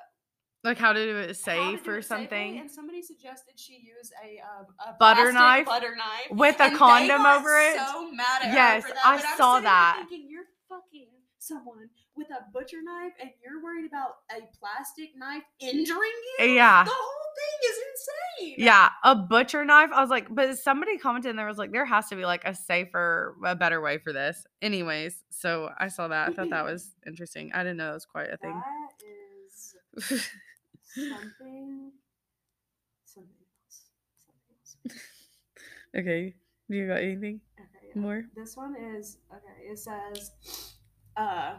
Speaker 1: like how to do it
Speaker 2: how to
Speaker 1: safe
Speaker 2: do
Speaker 1: or
Speaker 2: it safely,
Speaker 1: something
Speaker 2: and somebody suggested she use a, um, a
Speaker 1: Butter
Speaker 2: plastic
Speaker 1: knife?
Speaker 2: butter knife,
Speaker 1: with a
Speaker 2: and they
Speaker 1: condom
Speaker 2: got
Speaker 1: over it.
Speaker 2: So mad at her
Speaker 1: Yes,
Speaker 2: for that,
Speaker 1: I
Speaker 2: but I'm
Speaker 1: saw
Speaker 2: sitting there
Speaker 1: that.
Speaker 2: Thinking you're fucking someone with a butcher knife, and you're worried about a plastic knife injuring you.
Speaker 1: Eh, yeah.
Speaker 2: The whole thing is insane.
Speaker 1: Yeah, a butcher knife. I was like, but somebody commented and there was like, there has to be like a safer, a better way for this. Anyways, so I saw that. I thought that was interesting. I didn't know it was quite a thing.
Speaker 2: That is something. Something else. Something else.
Speaker 1: okay, you got anything
Speaker 2: Okay, yeah.
Speaker 1: more?
Speaker 2: This one is okay. It says, uh,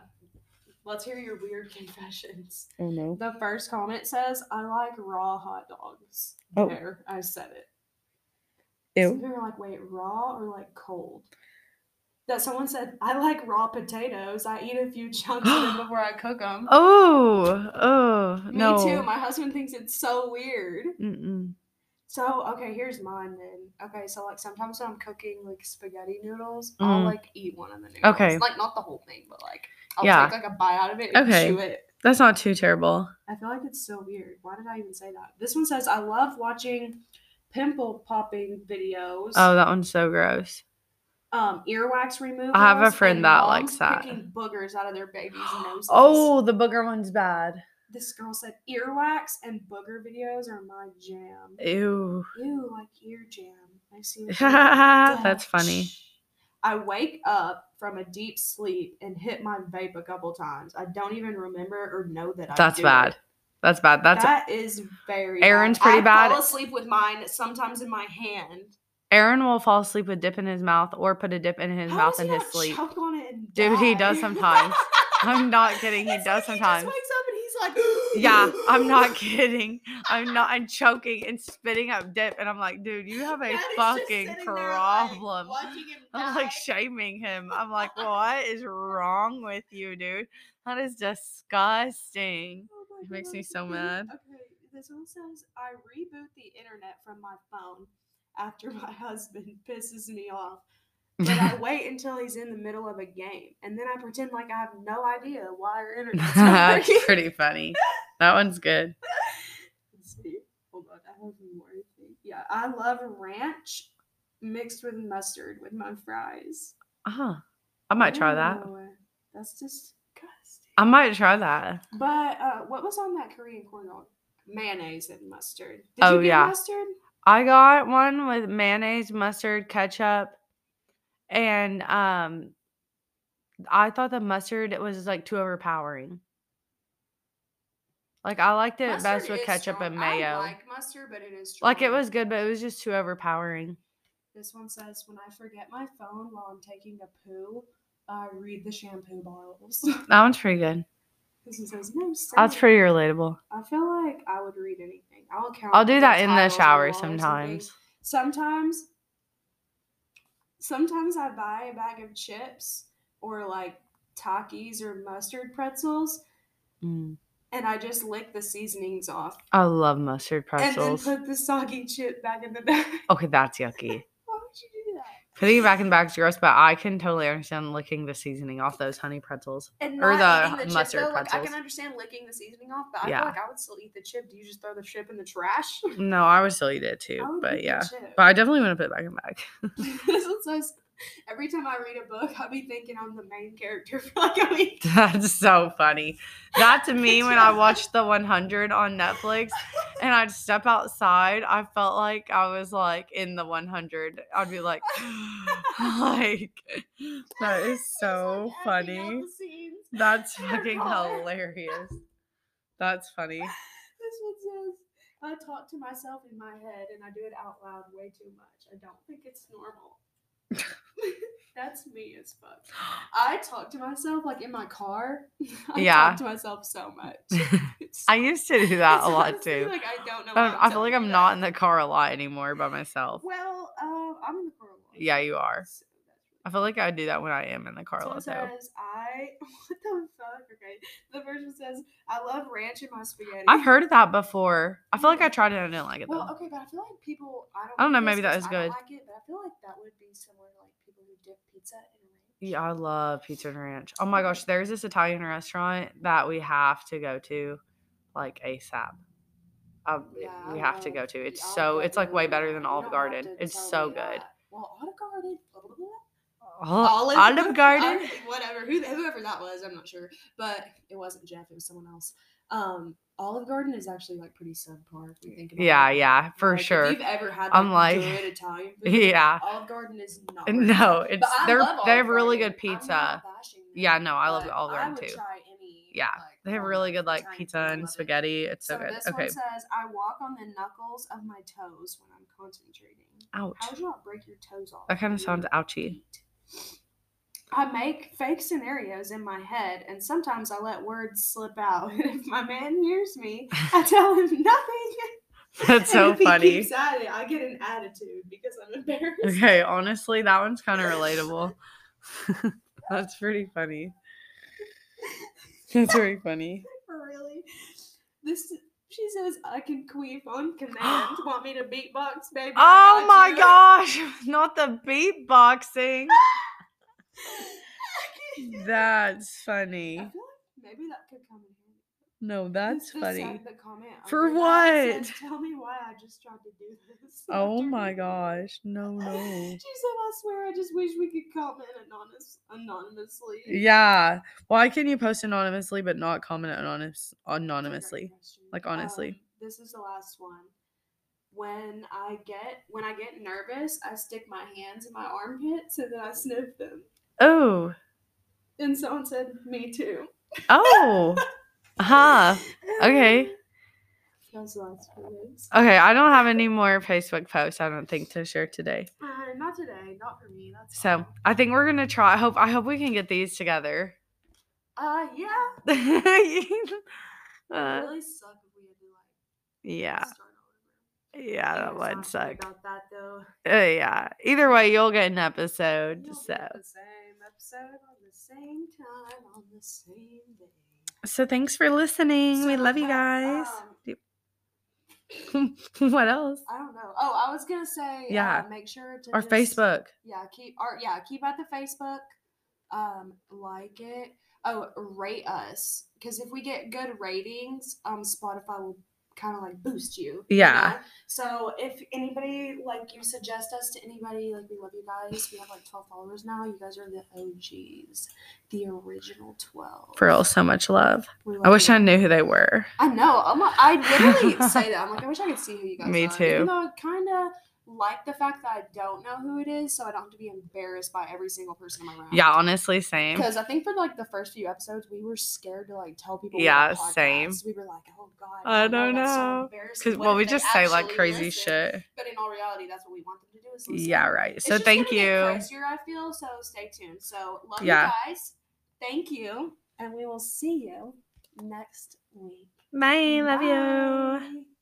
Speaker 2: let's hear your weird confessions.
Speaker 1: Oh no.
Speaker 2: The first comment says, I like raw hot dogs.
Speaker 1: Oh.
Speaker 2: There, I said it. Some
Speaker 1: Ew.
Speaker 2: people are like, wait, raw or like cold? That someone said, I like raw potatoes. I eat a few chunks of them before I cook them.
Speaker 1: Oh, oh
Speaker 2: Me
Speaker 1: no.
Speaker 2: too. My husband thinks it's so weird.
Speaker 1: Mm-mm.
Speaker 2: So okay, here's mine then. Okay, so like sometimes when I'm cooking like spaghetti noodles, I'll
Speaker 1: Mm.
Speaker 2: like eat one of the noodles.
Speaker 1: Okay.
Speaker 2: Like not the whole thing, but like I'll
Speaker 1: Yeah.
Speaker 2: take like a bite out of it and
Speaker 1: Okay.
Speaker 2: chew it.
Speaker 1: That's not too terrible.
Speaker 2: I feel like it's so weird. Why did I even say that? This one says I love watching pimple popping videos.
Speaker 1: Oh, that one's so gross.
Speaker 2: Um, earwax removal.
Speaker 1: I have a friend that likes that.
Speaker 2: Picking boogers out of their babies' noses.
Speaker 1: Oh, the booger one's bad.
Speaker 2: This girl said earwax and booger videos are my jam.
Speaker 1: Ew.
Speaker 2: Ew, like ear jam. I see. what you did
Speaker 1: That's
Speaker 2: there.
Speaker 1: funny.
Speaker 2: I wake up from a deep sleep and hit my vape a couple times. I don't even remember or know that I
Speaker 1: That's
Speaker 2: do
Speaker 1: bad.
Speaker 2: It.
Speaker 1: That's bad. That's
Speaker 2: That is very.
Speaker 1: Aaron's
Speaker 2: bad.
Speaker 1: pretty
Speaker 2: I
Speaker 1: bad.
Speaker 2: fall asleep with mine sometimes in my hand.
Speaker 1: Aaron will fall asleep with dip in his mouth or put a dip in his
Speaker 2: How
Speaker 1: mouth
Speaker 2: does he
Speaker 1: in his
Speaker 2: not
Speaker 1: sleep.
Speaker 2: choke on it and
Speaker 1: Dude, he
Speaker 2: die?
Speaker 1: does sometimes. I'm not kidding. He
Speaker 2: It's
Speaker 1: does
Speaker 2: like
Speaker 1: sometimes.
Speaker 2: He just wakes up and he's like,
Speaker 1: Yeah, I'm not kidding. I'm not. I'm choking and spitting up dip, and I'm like, dude, you have
Speaker 2: Dad
Speaker 1: a
Speaker 2: is just
Speaker 1: fucking
Speaker 2: sitting there, like,
Speaker 1: problem.
Speaker 2: watching him
Speaker 1: I'm like
Speaker 2: die.
Speaker 1: shaming him. I'm like, what is wrong with you, dude? That is disgusting.
Speaker 2: Oh my
Speaker 1: It makes
Speaker 2: God.
Speaker 1: me so mad.
Speaker 2: Okay, this one says I reboot the internet from my phone after my husband pisses me off, but I wait until he's in the middle of a game, and then I pretend like I have no idea why our internet's not
Speaker 1: That's
Speaker 2: working.
Speaker 1: pretty funny. That one's good.
Speaker 2: Let's see. Hold on, I have more. I think. Yeah, I love ranch mixed with mustard with my fries.
Speaker 1: Uh-huh. I might try that.
Speaker 2: Ew, That's disgusting.
Speaker 1: I might try that.
Speaker 2: But uh, what was on that Korean corn dog? Mayonnaise and mustard. Did
Speaker 1: Oh,
Speaker 2: you get
Speaker 1: yeah.
Speaker 2: mustard?
Speaker 1: I got one with mayonnaise, mustard, ketchup, and um I thought the mustard was like too overpowering. Like I liked it best
Speaker 2: Mustard
Speaker 1: with
Speaker 2: is
Speaker 1: ketchup
Speaker 2: strong.
Speaker 1: and mayo.
Speaker 2: I
Speaker 1: like,
Speaker 2: like mustard, but it is strong.
Speaker 1: it was good, but it was just too overpowering.
Speaker 2: This one says, "When I forget my phone while I'm taking a poo, I read the shampoo bottles."
Speaker 1: That one's pretty good.
Speaker 2: this one says, "No,
Speaker 1: That's
Speaker 2: sir."
Speaker 1: pretty relatable.
Speaker 2: I feel like I would read anything. I'll count.
Speaker 1: I'll do that in the
Speaker 2: titles on
Speaker 1: shower
Speaker 2: wall or something.
Speaker 1: sometimes.
Speaker 2: Sometimes, sometimes I buy a bag of chips or like Takis or mustard pretzels,
Speaker 1: Mm.
Speaker 2: and I just lick the seasonings off
Speaker 1: I love mustard pretzels.
Speaker 2: and then put the soggy chip back in the bag.
Speaker 1: okay, that's yucky.
Speaker 2: Why would you do that?
Speaker 1: Cooking back in the bag's gross, but I can totally understand licking the seasoning off those honey pretzels.
Speaker 2: And
Speaker 1: Or
Speaker 2: not
Speaker 1: the
Speaker 2: eating
Speaker 1: mustard
Speaker 2: chip, though, Like, I
Speaker 1: pretzels.
Speaker 2: can understand licking the seasoning off, but I
Speaker 1: Yeah.
Speaker 2: feel like I would still eat the chip. Do you just throw the chip in the trash?
Speaker 1: No, I would still eat it too,
Speaker 2: I would eat
Speaker 1: but
Speaker 2: the
Speaker 1: yeah.
Speaker 2: chip.
Speaker 1: But I definitely want to put it back in the bag.
Speaker 2: this is so, s- every time I read a book, I'll be thinking I'm the main character for like a week.
Speaker 1: That's so funny. That to me, when I
Speaker 2: Yeah.
Speaker 1: watched the 100 on Netflix and I'd step outside, I felt like I was like in the 100. I'd be like, like, that is
Speaker 2: Just,
Speaker 1: so
Speaker 2: like, acting out
Speaker 1: funny.
Speaker 2: the scenes.
Speaker 1: That's
Speaker 2: in her
Speaker 1: fucking
Speaker 2: car.
Speaker 1: hilarious. That's funny.
Speaker 2: This one says, I talk to myself in my head and I do it out loud way too much. I don't think it's normal. That's me as fuck. I talk to myself like in my car. I
Speaker 1: Yeah.
Speaker 2: talk to myself so much. It's-
Speaker 1: I used to do that
Speaker 2: it's
Speaker 1: a lot
Speaker 2: honestly,
Speaker 1: too.
Speaker 2: Like I don't know. why
Speaker 1: Um, I feel
Speaker 2: telling
Speaker 1: like
Speaker 2: you
Speaker 1: I'm
Speaker 2: that.
Speaker 1: not in the car a lot anymore by myself.
Speaker 2: Well, um, I'm in the car a lot.
Speaker 1: Yeah, you are.
Speaker 2: So
Speaker 1: I feel like I do that when I am in the car
Speaker 2: that's
Speaker 1: a
Speaker 2: really-
Speaker 1: lot
Speaker 2: This
Speaker 1: though.
Speaker 2: one says I. What the fuck? Okay. The version says I love ranch in my spaghetti.
Speaker 1: I've heard of that before. I feel like I
Speaker 2: Yeah.
Speaker 1: tried it and I didn't like it though.
Speaker 2: Well, okay, but I feel like people. I don't.
Speaker 1: I don't know,
Speaker 2: this
Speaker 1: maybe that
Speaker 2: 'cause
Speaker 1: is
Speaker 2: I don't
Speaker 1: good.
Speaker 2: like it, but I feel like that would be similar to like people who dip pizza in ranch.
Speaker 1: Yeah, I love pizza and ranch. Oh my gosh, there's this Italian restaurant that we have to go to, like ASAP. Um,
Speaker 2: Yeah,
Speaker 1: we
Speaker 2: I
Speaker 1: have to
Speaker 2: love
Speaker 1: go to.
Speaker 2: the
Speaker 1: It's
Speaker 2: Olive
Speaker 1: so. It's like way
Speaker 2: Garden.
Speaker 1: better than
Speaker 2: You
Speaker 1: Olive
Speaker 2: don't have
Speaker 1: Garden.
Speaker 2: to
Speaker 1: It's
Speaker 2: tell me
Speaker 1: so
Speaker 2: that.
Speaker 1: good.
Speaker 2: Well, Olive Garden. Blah, blah, blah.
Speaker 1: Olive, Olive Garden.
Speaker 2: Olive- whatever. Who, whoever that was, I'm not sure, but it wasn't Jeff. It was someone else. Um, Olive Garden is actually like pretty subpar. If you think about
Speaker 1: Yeah,
Speaker 2: it.
Speaker 1: yeah, for
Speaker 2: Like,
Speaker 1: sure.
Speaker 2: If you've ever had
Speaker 1: I'm
Speaker 2: like,
Speaker 1: like-
Speaker 2: good Italian food,
Speaker 1: Yeah.
Speaker 2: Olive Garden is not. where it's at.
Speaker 1: No,
Speaker 2: But
Speaker 1: it's
Speaker 2: I
Speaker 1: they're
Speaker 2: love
Speaker 1: they
Speaker 2: Olive
Speaker 1: have really good
Speaker 2: Garden. I'm
Speaker 1: pizza.
Speaker 2: not bashing them,
Speaker 1: Yeah, no, I love
Speaker 2: but
Speaker 1: Olive Garden
Speaker 2: I would
Speaker 1: too.
Speaker 2: try any,
Speaker 1: Yeah,
Speaker 2: like,
Speaker 1: They have
Speaker 2: form
Speaker 1: really
Speaker 2: of
Speaker 1: good like
Speaker 2: Italian
Speaker 1: pizza
Speaker 2: food. I
Speaker 1: and
Speaker 2: love it.
Speaker 1: spaghetti. It's so, good.
Speaker 2: This
Speaker 1: Okay.
Speaker 2: one says, "I walk on the knuckles of my toes when I'm concentrating." How
Speaker 1: Ouch.
Speaker 2: would you not break your toes off?
Speaker 1: That kind of
Speaker 2: with
Speaker 1: sounds
Speaker 2: your
Speaker 1: ouchy.
Speaker 2: feet? I make fake scenarios in my head, and sometimes I let words slip out. if my man hears me, I tell him nothing.
Speaker 1: That's so
Speaker 2: and if he
Speaker 1: funny.
Speaker 2: keeps at it, I get an attitude because I'm embarrassed.
Speaker 1: Okay, honestly, that one's kind of relatable. That's pretty funny. That's very funny.
Speaker 2: really? This she says I can queef on command. Want me to beatbox, baby? I
Speaker 1: Oh
Speaker 2: got
Speaker 1: my
Speaker 2: you."
Speaker 1: gosh, not the beatboxing. That's
Speaker 2: I feel
Speaker 1: funny.
Speaker 2: like maybe that could come in handy.
Speaker 1: No, that's
Speaker 2: It's the
Speaker 1: funny.
Speaker 2: sec- the comment
Speaker 1: For
Speaker 2: under that
Speaker 1: what?
Speaker 2: says, Tell me why I just tried to do this.
Speaker 1: Oh
Speaker 2: after
Speaker 1: my
Speaker 2: reading it."
Speaker 1: gosh. No,
Speaker 2: She
Speaker 1: no.
Speaker 2: said, I swear, I just wish we could comment anonymous- anonymously.
Speaker 1: Yeah. Why can you post anonymously but not comment anonymous
Speaker 2: That's a great
Speaker 1: anonymously?
Speaker 2: question.
Speaker 1: Like, honestly.
Speaker 2: Um, this is the last one. When I get when I get nervous, I stick my hands in my armpits and then I sniff them.
Speaker 1: Oh.
Speaker 2: And someone said, "Me too."
Speaker 1: Oh. Huh. Okay. Oh.
Speaker 2: That's the last for this.
Speaker 1: Okay, I don't have any more Facebook posts, I don't think, to share today.
Speaker 2: Uh, not today, not for me. That's
Speaker 1: So
Speaker 2: all.
Speaker 1: I think we're gonna try. I hope I hope we can get these together.
Speaker 2: Uh, yeah. It
Speaker 1: Uh,
Speaker 2: really suck if we had to like
Speaker 1: yeah,
Speaker 2: start all
Speaker 1: yeah,
Speaker 2: over.
Speaker 1: that
Speaker 2: There's
Speaker 1: would
Speaker 2: not
Speaker 1: suck.
Speaker 2: About that though.
Speaker 1: Uh, yeah. Either way, you'll get an episode.
Speaker 2: You'll
Speaker 1: So
Speaker 2: get the same episode on the same time on the same day.
Speaker 1: so thanks for listening. we
Speaker 2: So,
Speaker 1: love you
Speaker 2: uh,
Speaker 1: guys.
Speaker 2: um,
Speaker 1: what else?
Speaker 2: I don't know. Oh, I was gonna say.
Speaker 1: Yeah.
Speaker 2: Uh, make sure to
Speaker 1: Our
Speaker 2: just-
Speaker 1: Facebook.
Speaker 2: Yeah. Keep. Our, yeah. Keep at the Facebook. Um, like it. Oh, rate us because if we get good ratings, um, Spotify will kind of like boost you. you
Speaker 1: Yeah.
Speaker 2: know? So if anybody like you suggest us to anybody, like we love you guys. We have like twelve followers now. You guys are the OGs, the original twelve.
Speaker 1: For all so much love.
Speaker 2: We love
Speaker 1: I wish
Speaker 2: you.
Speaker 1: I knew who they were.
Speaker 2: I know. I'm a, i literally say that. I'm like, I wish I could see who you guys
Speaker 1: Me
Speaker 2: are. Even
Speaker 1: too.
Speaker 2: though I kind of like the fact that I don't know who it is, so I don't have to be embarrassed by every single person I'm around.
Speaker 1: Yeah, honestly, same.
Speaker 2: Because I think for like the first few episodes, we were scared to like tell people.
Speaker 1: Yeah,
Speaker 2: we had podcasts.
Speaker 1: same.
Speaker 2: We were like, oh god.
Speaker 1: I don't
Speaker 2: that's so
Speaker 1: know.
Speaker 2: embarrassing.
Speaker 1: Because
Speaker 2: What
Speaker 1: well,
Speaker 2: if
Speaker 1: we
Speaker 2: they
Speaker 1: just say like
Speaker 2: actually
Speaker 1: crazy
Speaker 2: listen?
Speaker 1: shit.
Speaker 2: But in all reality, that's what we want them to do. Is listen.
Speaker 1: Yeah, right.
Speaker 2: It's
Speaker 1: So
Speaker 2: just gonna
Speaker 1: thank
Speaker 2: get
Speaker 1: you.
Speaker 2: Crazier, I feel. So stay tuned. So love
Speaker 1: Yeah.
Speaker 2: you guys. Thank you, and we will see you next week.
Speaker 1: Bye. Love you.
Speaker 2: Bye.